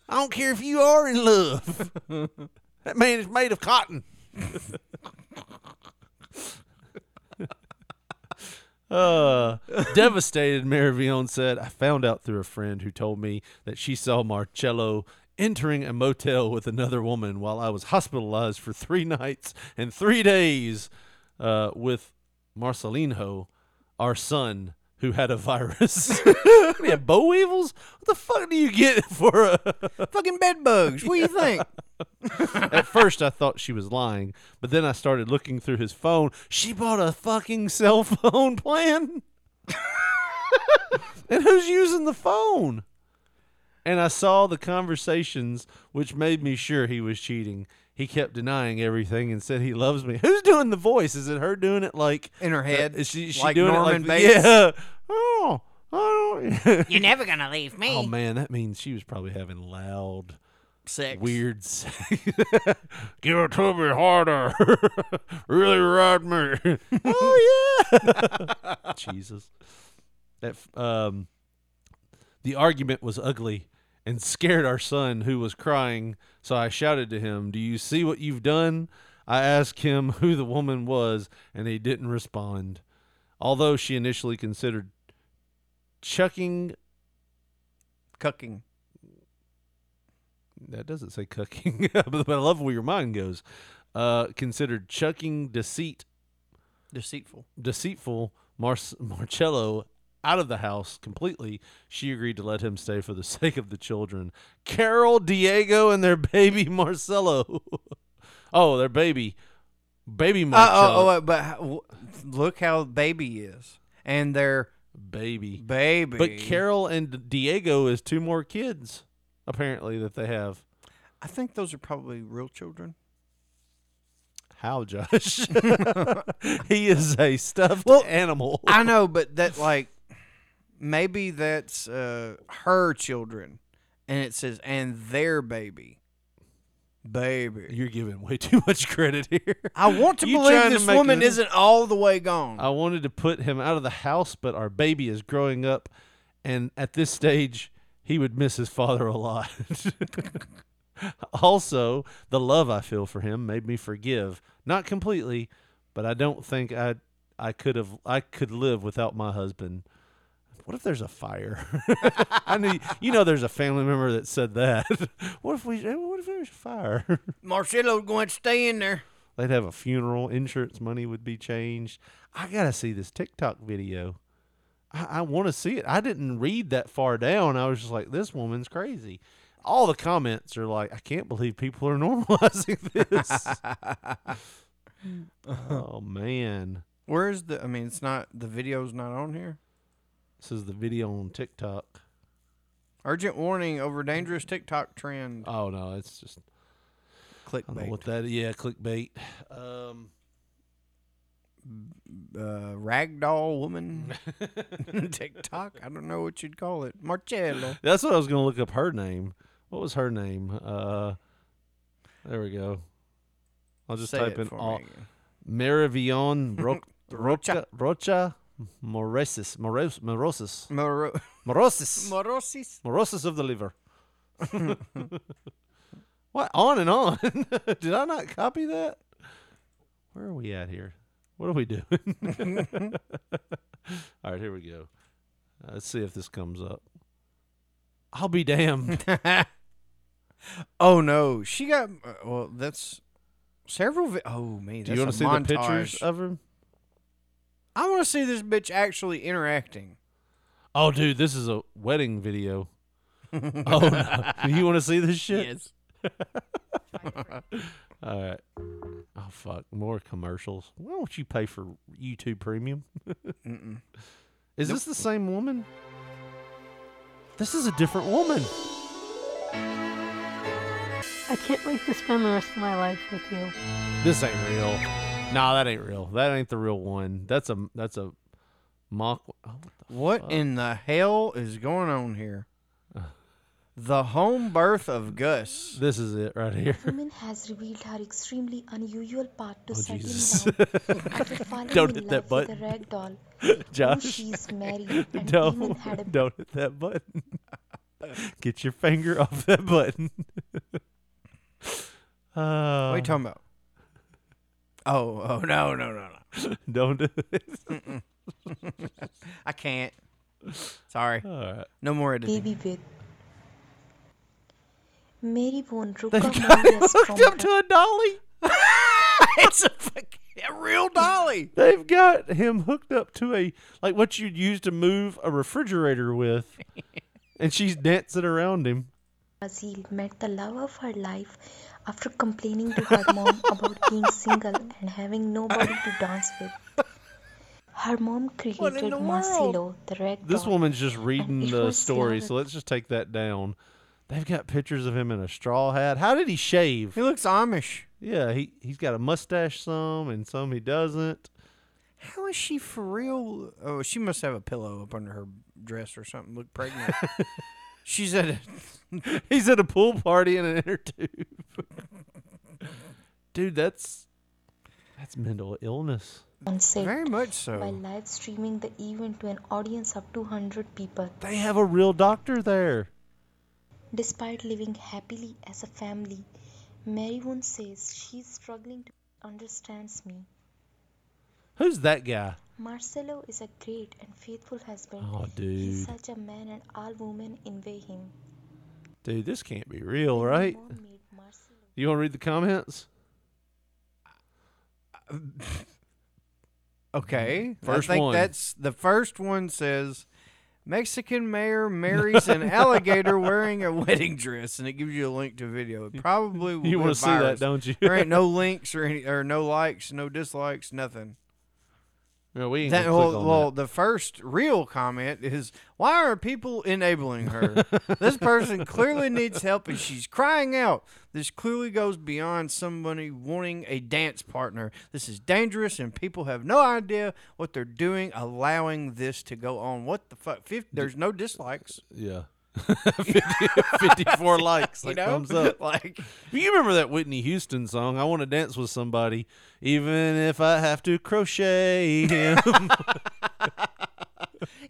S9: I don't care if you are in love. That man is made of cotton. Uh, devastated, Maravion said, I found out through a friend who told me that she saw Marcello entering a motel with another woman while I was hospitalized for three nights and three days uh, with Marcelino, our son, who had a virus. we had bow weevils? What the fuck do you get for a.
S6: Fucking bed bugs. What do you think?
S9: At first, I thought she was lying, but then I started looking through his phone. She bought a fucking cell phone plan. and who's using the phone? And I saw the conversations, which made me sure he was cheating. He kept denying everything and said he loves me. Who's doing the voice? Is it her doing it like uh,
S6: in her head?
S9: is she, is she
S6: Like
S9: doing
S6: Norman
S9: it like
S6: Bates?
S9: yeah? Oh, I don't-
S6: You're never gonna leave me.
S9: Oh man, that means she was probably having loud,
S6: Sex.
S9: weird sex. Give it to me harder. really ride me. oh yeah. Jesus. That f- um, the argument was ugly and scared our son who was crying. So I shouted to him, "Do you see what you've done?" I asked him who the woman was, and he didn't respond. Although she initially considered chucking
S6: Cucking.
S9: That doesn't say cooking, but I love where your mind goes. Uh, considered chucking deceit,
S6: Deceitful.
S9: deceitful Mar- Marcello out of the house completely. She agreed to let him stay for the sake of the children. Carol, Diego, and their baby Marcello. oh, their baby, baby
S6: Uh, oh, oh,
S9: Marcello,
S6: wait, but how, wh- look how baby is, and their
S9: baby,
S6: baby.
S9: But Carol and Diego is two more kids apparently that they have.
S6: I think those are probably real children.
S9: How, Josh? he is a stuffed animal.
S6: I know, but that like maybe that's uh, her children, and it says and their baby, baby.
S9: You're giving way too much credit here.
S6: I want to
S9: You
S6: believe
S9: trying
S6: this
S9: make
S6: woman
S9: this- Oh.
S6: isn't all the way gone.
S9: I wanted to put him out of the house, but our baby is growing up, and at this stage, he would miss his father a lot. also, the love I feel for him made me forgive, not completely, but I don't think I I could have I could live without my husband. What if there's a fire? I knew you know there's a family member that said that. what if we what if there's a fire?
S6: Marcello's going to stay in there.
S9: They'd have a funeral. Insurance money would be changed. I gotta see this TikTok video. I, I want to see it. I didn't read that far down. I was just like, this woman's crazy. All the comments are like, I can't believe people are normalizing this. oh man,
S6: Where is the? I mean, it's not the video's not on here.
S9: this is the video on TikTok.
S6: Urgent warning over dangerous TikTok trend.
S9: Oh no, it's just I don't know
S6: Clickbait.
S9: what that. Yeah, clickbait. Um,
S6: Uh, ragdoll woman. TikTok. I don't know what you'd call it. Marcello.
S9: that's what I was gonna look up. Her name. What was her name? Uh, there we go. I'll just
S6: Say
S9: type
S6: it
S9: in
S6: for
S9: all.
S6: me.
S9: Maravion Ro-
S6: Rocha.
S9: Rocha Rocha Morosis Moros- Morosis
S6: Moro-
S9: Morosis
S6: Morosis.
S9: Morosis of the liver. what on and on? Did I not copy that? Where are we at here? What are we doing? All right, here we go. Uh, Let's see if this comes up. I'll be damned.
S6: Oh no, she got. uh, Well, that's several. Vi- oh man,
S9: Do you want to
S6: that's
S9: see
S6: a
S9: the
S6: montage.
S9: pictures Uh, of him?
S6: I want to see this bitch actually interacting.
S9: Oh, dude, this is a wedding video. oh, no. you want to see this shit? All right. Oh fuck! More commercials. Why don't you pay for YouTube Premium?
S6: Mm-mm.
S9: Is this the same woman? This is a different woman.
S13: I can't wait to spend the rest of my life with you.
S9: This ain't real. Nah, that ain't real. That ain't the real one. That's a that's a Mock.
S6: What
S9: Uh.
S6: in the hell is going on here? The home birth of Gus.
S9: This is it right here.
S14: woman has revealed her extremely unusual part to
S9: Oh,
S14: settling
S9: Jesus.
S14: down after falling
S9: Don't
S14: in
S9: hit
S14: love
S9: that
S14: with
S9: button.
S14: a rag doll.
S9: Josh.
S14: who she's married and even
S9: don't,
S14: had a
S9: don't hit that button. Get your finger off that button. Uh,
S6: what are you talking about? Oh, oh no, no, no, no.
S9: Don't do it.
S6: Mm-mm. I can't. Sorry.
S9: Alright.
S6: No more editing.
S14: baby with. Mary Bone Ruka
S9: hooked up to a dolly.
S6: it's a fucking a real dolly.
S9: They've got him hooked up to a like what you'd use to move a refrigerator with, and she's dancing around him.
S14: Azil met the love of her life after complaining to her mom about being single and having nobody to dance with. Her mom created
S9: the
S14: Marcelo, the rag
S9: This
S14: doll.
S9: woman's just reading
S14: it
S9: the
S14: was
S9: story,
S14: loud.
S9: so let's just take that down. They've got pictures of him in a straw hat. How did he shave?
S6: He looks Amish.
S9: Yeah, he he's got a mustache some and some he doesn't.
S6: How is she for real? Oh, she must have a pillow up under her dress or something. Look pregnant. She's at a.
S9: he's at a pool party in an inner tube. Dude, that's that's mental illness.
S14: on set
S6: Very much
S14: by
S9: so.
S14: live streaming the event to an audience of 200 people.
S9: They have a real doctor there.
S14: Despite living happily as a family, Maryvon says she's struggling to understands me.
S9: Who's that guy?
S14: Marcelo is a great and faithful husband.
S9: Oh,
S14: He's
S9: dude.
S14: such a man and all women envy him.
S9: Dude, this can't be real, right? You want to read the comments?
S6: Okay.
S9: Mm-hmm. First
S6: I think
S9: one.
S6: that's the first one says Mexican mayor marries an alligator wearing a wedding dress, and it gives you a link to a video. It probably will
S9: you
S6: be
S9: wanna
S6: a
S9: see that,
S6: virus.
S9: don't you?
S6: there ain't no links or any or no likes, no dislikes, nothing.
S9: No, we ain't
S6: That,
S9: gonna click
S6: well,
S9: on
S6: well,
S9: that.
S6: the first real comment is why are people enabling her? this person clearly needs help and she's crying out. This clearly goes beyond somebody wanting a dance partner. This is dangerous and people have no idea what they're doing allowing this to go on. What the fuck? Fif- There's no dislikes.
S9: Yeah. 50, 54 likes,
S6: You
S9: like
S6: know?
S9: thumbs up.
S6: Like-
S9: you remember that Whitney Houston song? I want to dance with somebody, even if I have to crochet him.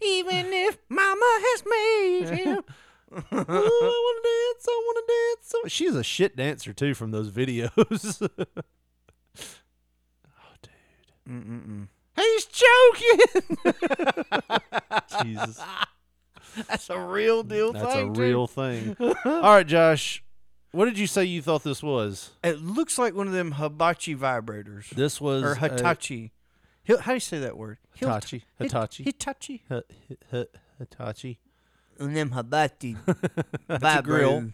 S6: Even if mama has made him.
S9: Ooh, I want to dance. I want to dance. I wa- She's a shit dancer too from those videos.
S6: Mm-mm-mm.
S9: He's joking. Jesus.
S6: That's a real deal
S9: That's
S6: thing.
S9: a
S6: too.
S9: real thing. All right, Josh. What did you say you thought this was?
S6: It looks like one of them hibachi vibrators.
S9: This was
S6: or
S9: a-
S6: Hitachi. Hi- How do you say that word? Hilt-
S9: uh, Hitachi.
S6: Hit-
S9: Hitachi.
S6: Hitachi.
S9: Hi- hi- hi- Hitachi.
S6: And them hibachi.
S9: That's a grill.
S6: vibrators.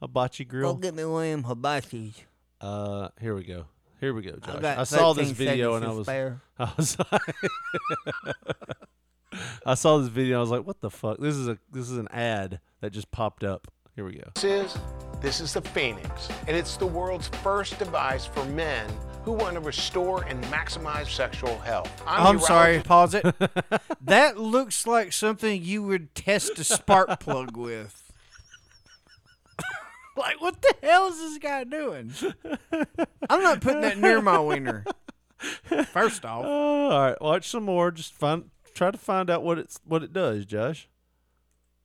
S9: Hibachi
S6: Go
S9: grill.
S6: get me one of them hibachis.
S9: Uh, here we go. Here we go, Josh.
S6: got
S9: I, saw this
S6: 13
S9: video and I
S6: seconds to
S9: was,
S6: spare.
S9: I was, I saw this video. I was like, "What the fuck? This is a this is an ad that just popped up." Here we go.
S15: This is this is the Phoenix, and it's the world's first device for men who want to restore and maximize sexual health.
S6: I'm,
S15: urologist-
S6: sorry. Pause it. that looks like something you would test a spark plug with. like, what the hell is this guy doing? I'm not putting that near my wiener. First off.
S9: Oh, all right, watch some more. Just find try to find out what it's what it does, Josh.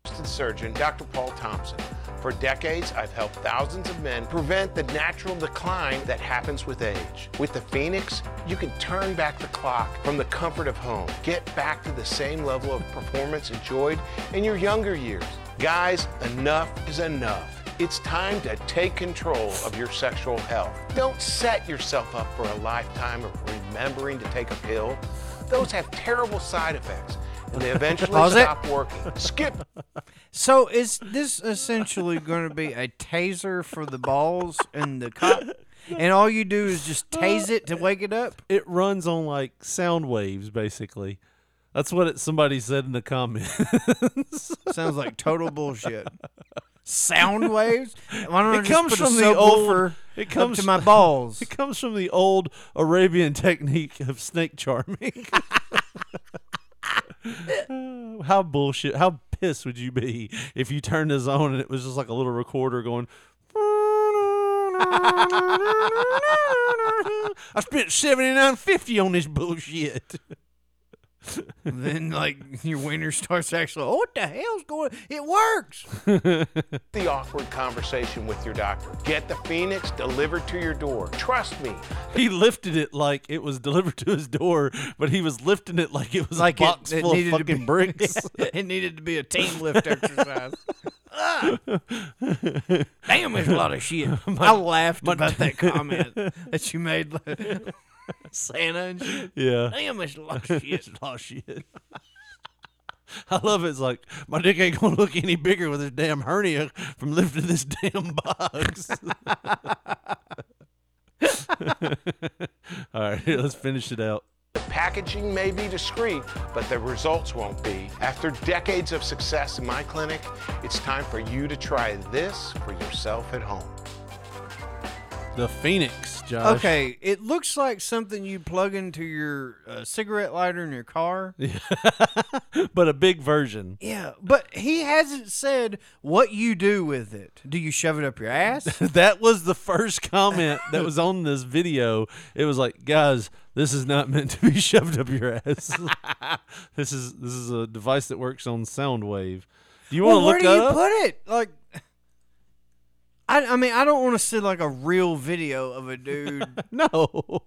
S15: plastic surgeon Dr. Paul Thompson. For decades, I've helped thousands of men prevent the natural decline that happens with age. With the Phoenix, you can turn back the clock from the comfort of home. Get back to the same level of performance enjoyed in your younger years. Guys, enough is enough. It's time to take control of your sexual health. Don't set yourself up for a lifetime of remembering to take a pill. Those have terrible side effects, and they
S9: Oh,
S15: eventually
S6: Pause it.
S15: stop working. Skip
S6: So is this essentially going to be a taser for the balls and the cock? And all you do is just tase it to wake it up?
S9: It runs on like sound waves, basically. That's what it, somebody said in the comments.
S6: Sounds like total bullshit. Sound waves? Why don't I
S9: it
S6: just
S9: comes
S6: put a
S9: from the old.
S6: subwoofer
S9: It
S6: up
S9: comes
S6: to my balls.
S9: It comes from the old Arabian technique of snake charming. how bullshit, how pissed would you be if you turned this on and it was just like a little recorder going, I spent seventy nine fifty on this bullshit.
S6: then like your winner starts actually. Oh, what the hell's going? It works.
S15: the awkward conversation with your doctor. Get the Phoenix delivered to your door. Trust me.
S9: He lifted it like it was delivered to his door, but he was lifting it like it was
S6: Like
S9: a
S6: it-
S9: box
S6: it
S9: full of
S6: needed to
S9: fucking
S6: be-
S9: bricks.
S6: it needed to be a team lift exercise. Ah! Damn, there's a lot of shit. I laughed about that comment that you made, like, Santa and shit.
S9: Yeah.
S6: Damn, there's a lot of shit.
S9: It's a lot of shit. I love it. It's like my dick ain't gonna look any bigger with this damn hernia from lifting this damn box. All right, here, let's finish it out.
S15: The packaging may be discreet, but the results won't be. After decades of success in my clinic, it's time for you to try this for yourself at home.
S9: The Phoenix, Josh.
S6: Okay, it looks like something you plug into your uh, cigarette lighter in your car.
S9: but a big version.
S6: Yeah, but he hasn't said what you do with it. Do you shove it up your ass?
S9: that was the first comment that was on this video. It was like, guys, this is not meant to be shoved up your ass. this is this is a device that works on sound wave. Do you want
S6: well,
S9: to
S6: where
S9: look
S6: do
S9: that
S6: you
S9: up?
S6: put it? Like, I, I mean, I don't want to see like a real video of a dude.
S9: no,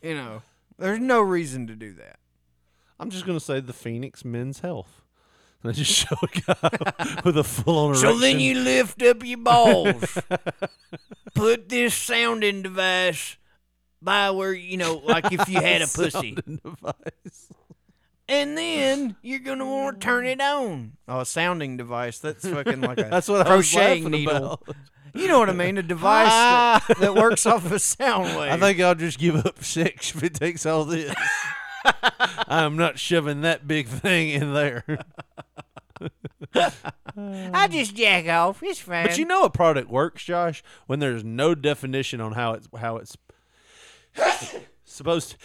S6: you know, there's no reason to do that.
S9: I'm just gonna say the Phoenix Men's Health. And they just show a guy with a full on
S6: So then you lift up your balls. Put this sounding device by where you know, like if you had a pussy, and then you're gonna want to turn it on. Oh, a sounding device. That's fucking like a
S9: That's what I was
S6: crocheting
S9: laughing
S6: Oh, needle.
S9: about.
S6: You know what I mean? A device that, that works off a sound wave.
S9: I think I'll just give up sex if it takes all this. I'm not shoving that big thing in there.
S6: I just jack off. It's fine.
S9: But you know a product works, Josh, when there's no definition on how it's how it's supposed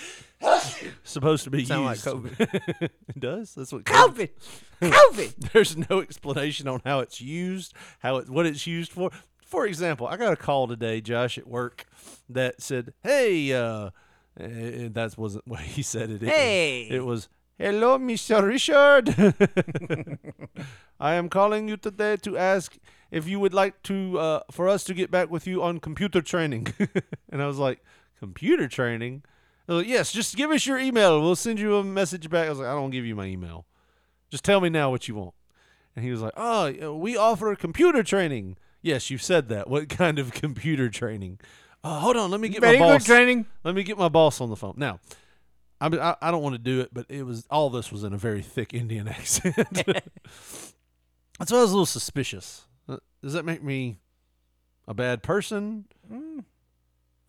S9: to, supposed to be
S6: Sound like
S9: used.
S6: COVID.
S9: it does. That's what
S6: COVID. COVID.
S9: there's no explanation on how it's used, how it what it's used for. For example, I got a call today, Josh, at work, that said, "Hey," uh, and that wasn't what he said. It. It was-
S6: Hey.
S9: it was. Hello, Mr. Richard. I am calling you today to ask if you would like to uh, for us to get back with you on computer training. and I was like, computer training. They're like, yes, just give us your email. We'll send you a message back. I was like, I don't give you my email. Just tell me now what you want. And he was like, oh, uh, we offer computer training. Yes, you said that. What kind of computer training? Uh, hold on, let me get
S6: Very
S9: my
S6: good
S9: boss.
S6: training.
S9: Let me get my boss on the phone now. I, mean, I I don't want to do it, but it was all this was in a very thick Indian accent. That's why I was a little suspicious. Uh, Does that make me a bad person?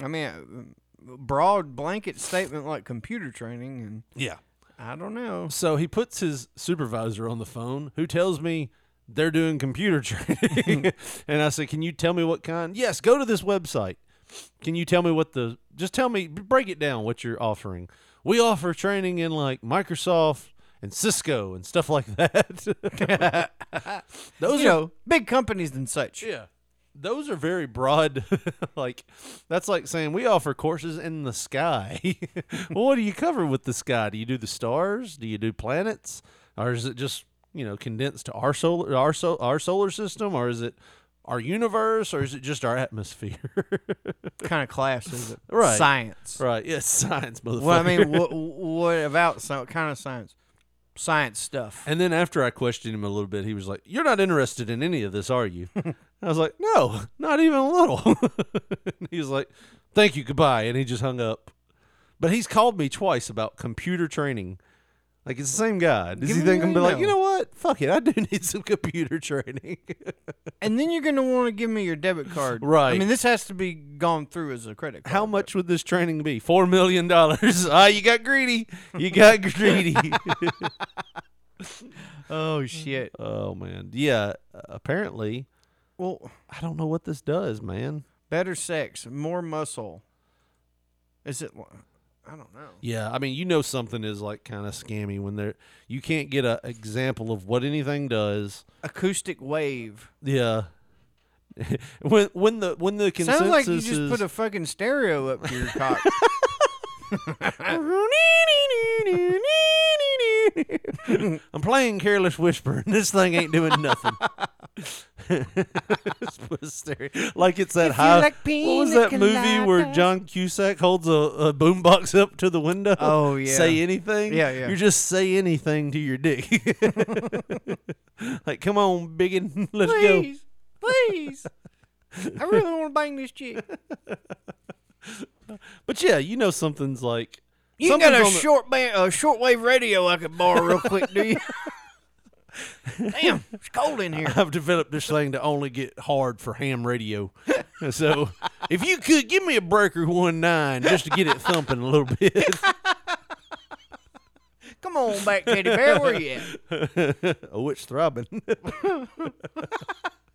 S6: I mean, a broad blanket statement like computer training, and
S9: Yeah.
S6: I don't know.
S9: So he puts his supervisor on the phone, who tells me they're doing computer training. and I said, Can you tell me what kind? Yes, go to this website. Can you tell me what the, just tell me, b- break it down what you're offering. We offer training in like Microsoft and Cisco and stuff like that. Those
S6: you
S9: are-
S6: know, big companies and such.
S9: Yeah. Those are very broad. like, that's like saying we offer courses in the sky. well, what do you cover with the sky? Do you do the stars? Do you do planets? Or is it just you know condensed to our solar our so, our solar system? Or is it our universe? Or is it just our atmosphere?
S6: What kind of class is it?
S9: right.
S6: Science.
S9: Right. Yes, science, motherfucker.
S6: Well, I mean, what, what about sci- what kind of science? Science stuff.
S9: And then after I questioned him a little bit, he was like, "You're not interested in any of this, are you?" I was like, "No, not even a little." And he was like, "Thank you, goodbye," and he just hung up. But he's called me twice about computer training. Like it's the same guy. Does
S6: Give
S9: he
S6: me
S9: think
S6: your
S9: I'm be like, you
S6: email."
S9: know what? Fuck it, I do need some computer training.
S6: And then you're going to want to give me your debit card.
S9: Right.
S6: I mean, this has to be gone through as a credit card.
S9: How much would this training be? Four million dollars. Ah, you got greedy. You got greedy.
S6: oh, shit.
S9: oh man, yeah. Apparently,
S6: Well,
S9: I don't know what this does, man.
S6: better sex, more muscle. Is it. I don't know.
S9: Yeah, I mean, you know something is like kind of scammy when there you can't get an example of what anything does.
S6: Acoustic wave.
S9: Yeah. when when the when the consensus
S6: Sounds like you just
S9: is,
S6: put a fucking stereo up to your cock.
S9: I'm playing Careless Whisper, and this thing ain't doing nothing. Just put a stereo- like it's that
S6: If you
S9: high.
S6: like
S9: what was
S6: pina
S9: that movie where
S6: coladas.
S9: John Cusack holds a, a boombox up to the window?
S6: Oh, yeah.
S9: Say anything.
S6: Yeah, yeah.
S9: You just say anything to your dick. like, come on, biggin, let's go.
S6: please, please. I really want to bang this chick.
S9: But yeah, you know something's like.
S6: You ain't
S9: something's
S6: got a
S9: on the-
S6: short band, a shortwave radio I could borrow real quick, do you? Damn, it's cold in here.
S9: I've developed this thing to only get hard for ham radio. so if you could give me a breaker one nine just to get it thumping a little bit.
S6: Come on back, Teddy Bear. Where you at?
S9: oh, it's throbbing.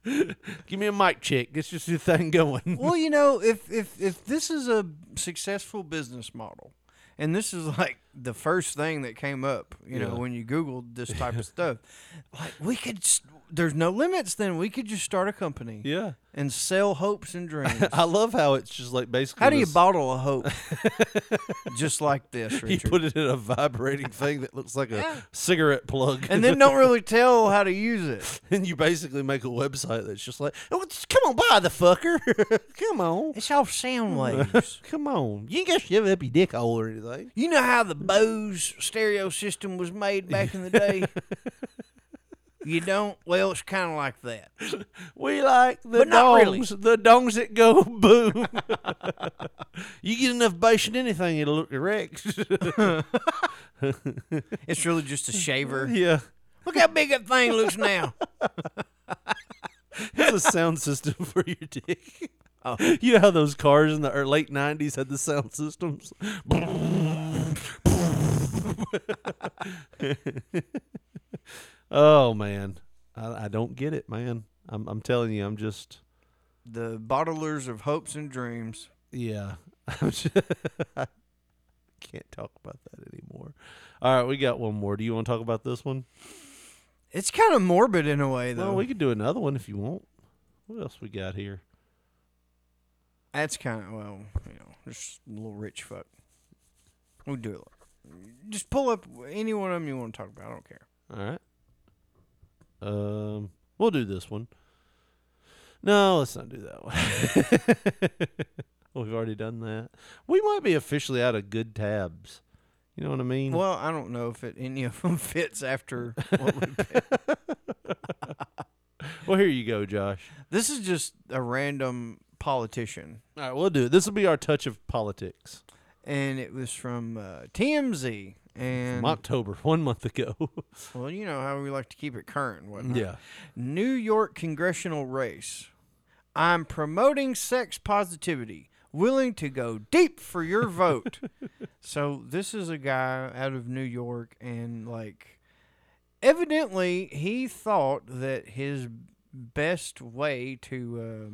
S9: give me a mic check. This is the thing going.
S6: Well, you know, if if if this is a successful business model, and this is like the first thing that came up, you know,
S9: Yeah.
S6: when you Googled this type of stuff, like we could. s there's no limits. Then we could just start a company.
S9: Yeah.
S6: and sell hopes and dreams.
S9: I love how it's just like basically.
S6: How do you
S9: this-
S6: bottle a hope? just like this,
S9: You
S6: Richard.
S9: put it in a vibrating thing that looks like a cigarette plug,
S6: and then don't really tell how to use it.
S9: and you basically make a website that's just like, oh, it's- come on by the fucker, come on,
S6: it's off sound waves.
S9: come on, you ain't got to shove it up your dick hole or anything.
S6: You know how the Bose stereo system was made back in the day? you don't? Well, it's kind of like that.
S9: We like the
S6: But not really.
S9: dongs, the dongs that go boom. you get enough bass in anything, it'll look erect.
S6: It's really just a shaver.
S9: yeah,
S6: Look how big that thing looks now.
S9: it's a sound system for your dick. You know how those cars in the ear- late '90s had the sound systems. oh man, I, I don't get it, man. I'm, I'm telling you, I'm just.
S6: The bottlers of hopes and dreams.
S9: Yeah. I'm just, I can't talk about that anymore. All right, we got one more. Do you want to talk about this one?
S6: It's kind of morbid in a way, though.
S9: Well, we could do another one if you want. What else we got here?
S6: That's kind of, well, you know, just a little rich fuck. We'll do it. Just pull up any one of them you want to talk about. I don't care.
S9: All right. Um, we'll do this one. No, let's not do that one. We've already done that. We might be officially out of good tabs. You know what I mean?
S6: Well, I don't know if it, any of them fits after what we
S9: well, here you go, Josh.
S6: This is just a random politician,
S9: All right, we'll do it. This will be our touch of politics
S6: and it was from uh, TMZ. And
S9: from October, one month ago.
S6: well, you know how we like to keep it current, and whatnot.
S9: Yeah.
S6: New York congressional race. I'm promoting sex positivity. Willing to go deep for your vote. so this is a guy out of New York, and like, evidently he thought that his best way to uh,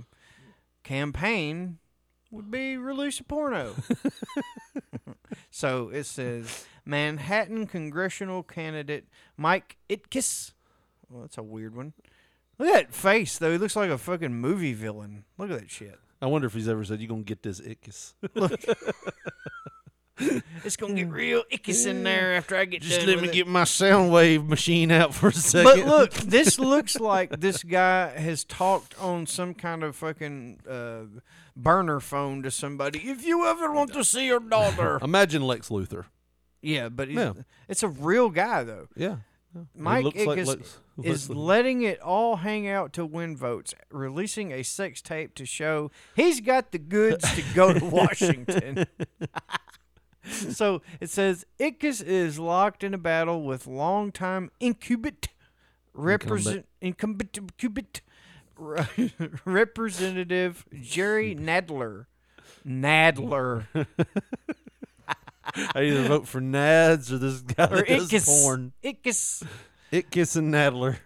S6: campaign would be release a porno. so it says Manhattan congressional candidate Mike Itkiss. Well, that's a weird one. Look at that face though. He looks like a fucking movie villain. Look at that shit.
S9: I wonder if he's ever said, "You gonna get this ickus."
S6: It's gonna get real ickus in there after I get
S9: Hmm. Just
S6: done
S9: let
S6: with
S9: me
S6: it.
S9: get my sound wave machine out for a second.
S6: But look, this looks like this guy has talked on some kind of fucking uh, burner phone to somebody. If you ever want to see your daughter,
S9: imagine Lex Luthor.
S6: yeah, but he's-
S9: Yeah.
S6: it's a real guy though.
S9: Yeah, He
S6: Mike
S9: looks like
S6: Ickes
S9: Lex- Lex
S6: is
S9: Luthor.
S6: letting it all hang out to win votes, releasing a sex tape to show he's got the goods to go to Washington. so it says Ickes is locked in a battle with longtime incubit represent incumbent incubit re- representative Jerry Nadler. Nadler.
S9: I either vote for Nads or this guy
S6: or
S9: that does
S6: Ickes.
S9: porn.
S6: Ickes.
S9: Ickes and Nadler.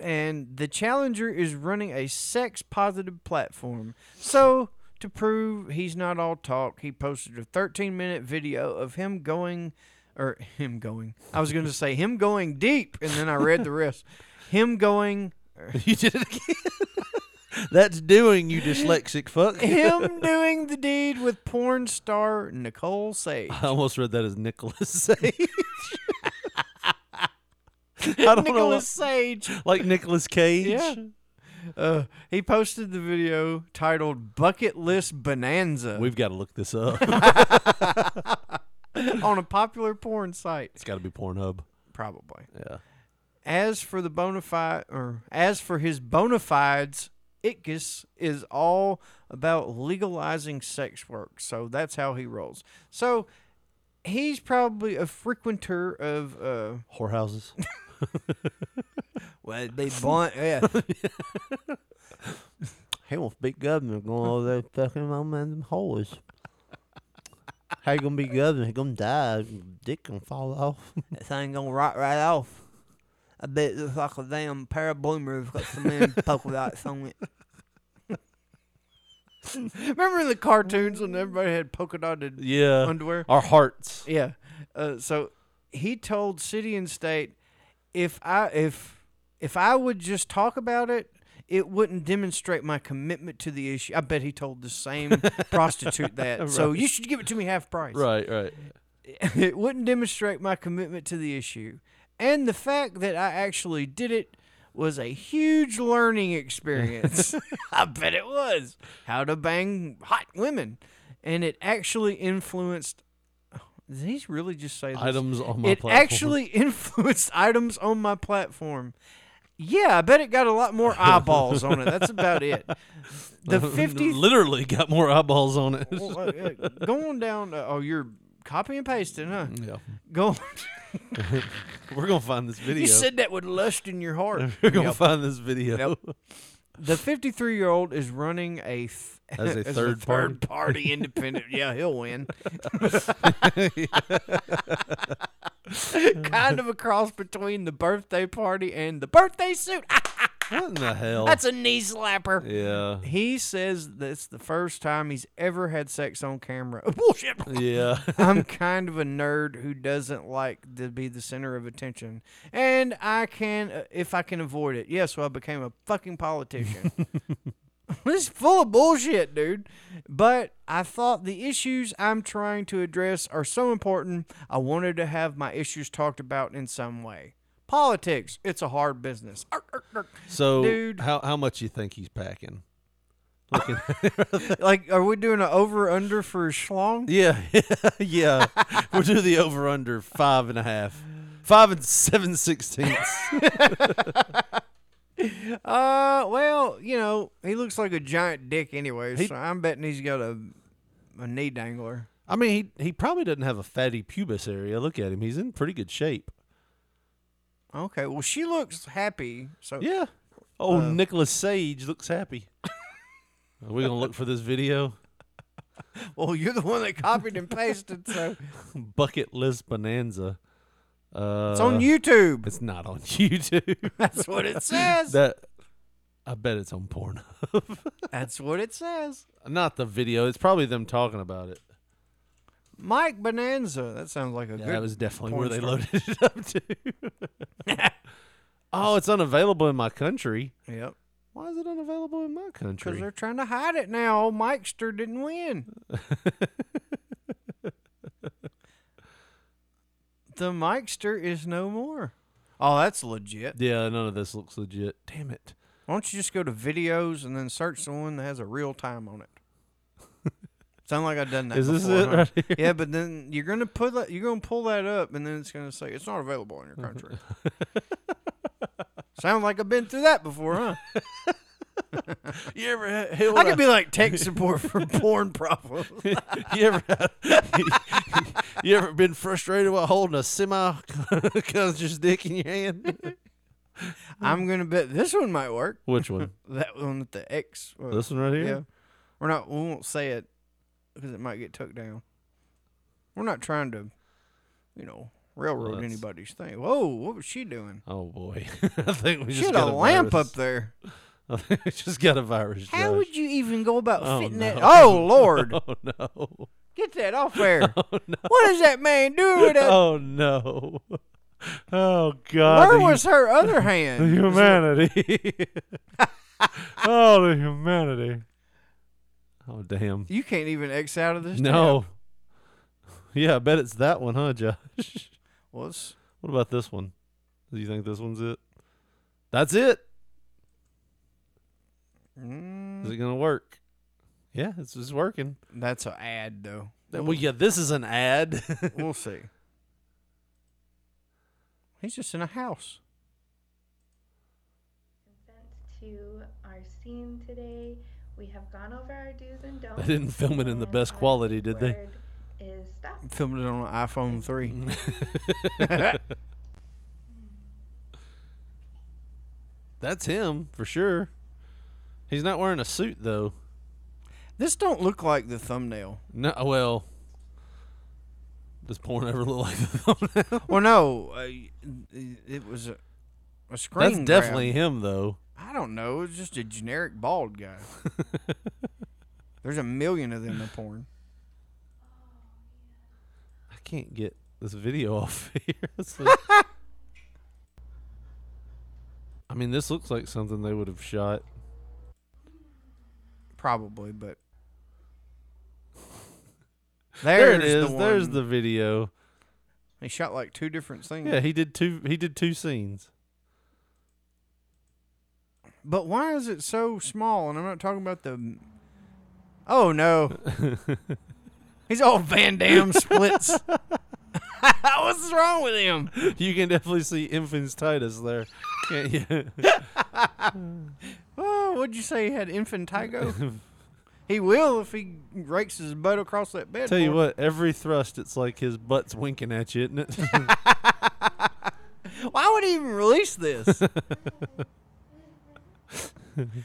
S6: and the challenger is running a sex positive platform. So To prove he's not all talk, he posted a 13 minute video of him going, or him going. I was going to say him going deep, and then I read the rest. Him going.
S9: You did it again. That's doing, you dyslexic fuck.
S6: him doing the deed with porn star Nicole Sage.
S9: I almost read that as Nicholas Sage. I don't know.
S6: Nicholas
S9: why-
S6: Sage.
S9: Like Nicholas Cage.
S6: Yeah. Uh, he posted the video titled Bucket List Bonanza
S9: We've got to look this up.
S6: on a popular porn site.
S9: it's got to be Pornhub.
S6: Probably.
S9: Yeah.
S6: As for the bona fide, or as for his bona fides, Itkus is all about legalizing sex work. So that's how he rolls. So he's probably a frequenter of. Uh,
S9: Whorehouses.
S6: well, they want. Yeah.
S9: He wants to be governor. Going over there fucking my man's horse. How you gonna be governor? He gonna die. Dick gonna fall off.
S6: That thing gonna rot right off. I bet it looks like a damn pair of bloomers got some many polka dots on it. Remember in the cartoons when everybody had polka dotted
S9: Yeah.
S6: underwear?
S9: Our hearts.
S6: Yeah. Uh, so he told City and State, if I if if I would just talk about it, it wouldn't demonstrate my commitment to the issue. I bet he told the same prostitute that. So
S9: Right.
S6: you should give it to me half price
S9: Right, right.
S6: it wouldn't demonstrate my commitment to the issue. And the fact that I actually did it was a huge learning experience. I bet it was. How to bang hot women. And it actually influenced. oh, Did he really just say this?
S9: Items on my
S6: it
S9: platform.
S6: actually influenced items on my platform. Yeah, I bet it got a lot more eyeballs on it. That's about it. The 50
S9: literally got more eyeballs on it.
S6: well, uh, uh, going down. Uh, oh, you're copy and pasting, huh?
S9: Yeah.
S6: Go.
S9: We're gonna find this video.
S6: you said that with lust in your heart.
S9: We're gonna
S6: Yep.
S9: find this video.
S6: Yep. The 53 year old is running a th-
S9: As a third party.
S6: party independent. yeah, he'll win. kind of a cross between the birthday party and the birthday suit. Ah,
S9: What in the hell?
S6: That's a knee slapper.
S9: Yeah.
S6: He says that's the first time he's ever had sex on camera. Bullshit.
S9: Yeah.
S6: I'm kind of a nerd who doesn't like to be the center of attention, and I can uh, if I can avoid it. Yeah, so I became a fucking politician. this is full of bullshit, dude. But I thought the issues I'm trying to address are so important. I wanted to have my issues talked about in some way. Politics, it's a hard business. Ark, ark, ark.
S9: So
S6: Dude.
S9: how how much you think he's packing? Looking-
S6: Like, are we doing an over under for schlong?
S9: yeah, yeah. We'll do the over under five and a half, five and seven sixteenths.
S6: Uh, well, you know, he looks like a giant dick anyway, so I'm betting he's got a a knee dangler.
S9: I mean, he he probably doesn't have a fatty pubis area. Look at him; he's in pretty good shape.
S6: Okay, well, she looks happy, so
S9: Yeah. Oh, Nicholas Sage looks happy. Are we gonna look for this video? Oh,
S6: Well, you're the one that copied and pasted, so
S9: Bucket list bonanza. Uh,
S6: it's on YouTube.
S9: It's not on YouTube.
S6: That's what it says.
S9: that I bet it's on Pornhub.
S6: That's what it says.
S9: not the video. It's probably them talking about it.
S6: Mike Bonanza. That sounds like a
S9: Yeah,
S6: good.
S9: that was definitely
S6: porn
S9: where they
S6: star.
S9: loaded it up to. oh, it's unavailable in my country.
S6: Yep.
S9: Why is it unavailable in my
S6: Because
S9: country?
S6: they're trying to hide it now. Old Mikester didn't win. the Mikester is no more. Oh, that's legit.
S9: Yeah, none of this looks legit. Damn it.
S6: Why don't you just go to videos and then search the one that has a real time on it? Sound like I've done that.
S9: Is this
S6: before,
S9: it
S6: huh?
S9: right here?
S6: Yeah, but then you're gonna put that, you're gonna pull that up, and then it's gonna say it's not available in your country. Sound like I've been through that before, huh?
S9: You ever ha- held
S6: I could
S9: a-
S6: be like tech support for porn problems.
S9: you ever had- you ever been frustrated while holding a semi conscious dick in your hand?
S6: I'm gonna bet this one might work.
S9: Which one?
S6: That one with the X. uh,
S9: This one right here?
S6: Yeah. We're not. We won't say it because it might get took down. We're not trying to, you know, railroad
S9: that's-
S6: anybody's thing. Whoa, what was she doing?
S9: Oh boy. I think we
S6: She
S9: just
S6: had a
S9: got
S6: lamp up
S9: embarrassed.
S6: there.
S9: just got a virus.
S6: How
S9: Josh.
S6: would you even go about
S9: Oh,
S6: fitting
S9: no.
S6: that? Oh Lord,
S9: Oh no!
S6: get that off there.
S9: Oh no!
S6: What is that man doing with that?
S9: Oh no! Oh God!
S6: Where
S9: the
S6: was
S9: hu-
S6: her other hand?
S9: The
S6: Is what-
S9: humanity. oh, the humanity. Oh damn!
S6: You can't even X out of this.
S9: No.
S6: tab.
S9: Yeah, I bet it's that one, huh, Josh?
S6: Well, it's-
S9: What about this one? Do you think this one's it? That's it. Is it gonna work? Yeah, it's just working.
S6: That's an ad, though.
S9: Well, yeah, this is an ad.
S6: we'll see. He's just in a house.
S16: to our scene today. We have gone over our do's and don'ts.
S9: They didn't film it in the best quality, did they?
S16: Is stop.
S6: Filmed it on an iPhone three.
S9: That's him for sure. He's not wearing a suit though.
S6: this don't look like the thumbnail.
S9: No, well, does porn ever look like the thumbnail?
S6: Well, no, uh, it was a, a screen.
S9: That's
S6: grab.
S9: definitely him though.
S6: I don't know. It's just a generic bald guy. There's a million of them in porn.
S9: I can't get this video off here. It's like- I mean, this looks like something they would have shot.
S6: Probably, but
S9: There it
S6: There's
S9: is.
S6: the
S9: There's
S6: one.
S9: the video.
S6: he shot like two different things.
S9: Yeah, he did two. He did two scenes.
S6: But why is it so small? And I'm not talking about the. Oh no, he's all Van Damme splits. What's wrong with him?
S9: You can definitely see infant's Titus there. Can't you?
S6: Oh, what'd you say? He had infantigo. he will if he rakes his butt across that bed.
S9: Tell you
S6: for him.
S9: what, every thrust, it's like his butt's winking at you, isn't it?
S6: Why would he even release this?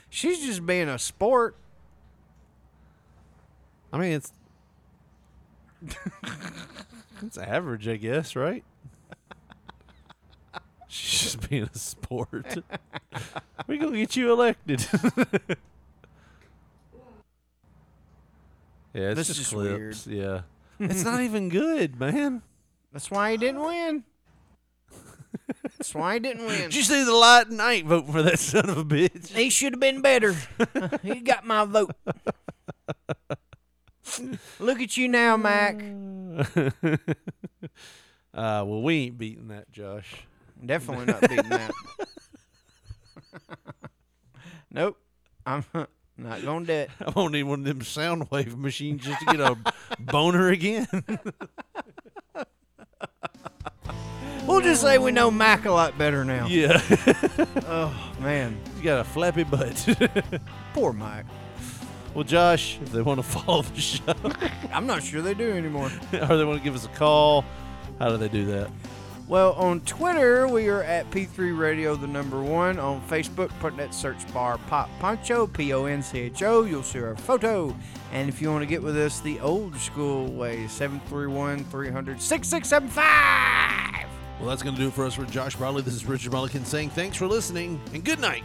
S6: She's just being a sport.
S9: I mean, it's it's average, I guess, right? She's just being a sport. we gonna get you elected. yeah, it's
S6: This
S9: just
S6: is weird.
S9: clips. Yeah, it's not even good, man.
S6: That's why he didn't win. That's why he didn't win.
S9: Did you see the light and I ain't voting for that son of a bitch?
S6: He should have been better. he got my vote. Look at you now, Mac.
S9: uh, well, we ain't beating that, Josh.
S6: Definitely not beating that. nope. I'm not gonna do it.
S9: I'm gonna need one of them sound wave machines just to get a boner again.
S6: We'll just say we know Mac a lot better now.
S9: yeah,
S6: Oh man.
S9: you got a flappy butt.
S6: Poor Mike.
S9: well, Josh, if they want to follow the show
S6: I'm not sure they do anymore.
S9: or they want to give us a call, how do they do that?
S6: Well, on Twitter, we are at P3 Radio, the number one. On Facebook, put in that search bar Pop Poncho, P O N C H O. You'll see our photo. And if you want to get with us the old school way, 731 300 6675.
S9: Well, that's gonna do it for us. We're Josh Bradley. This is Richard Mulliken saying thanks for listening and good night.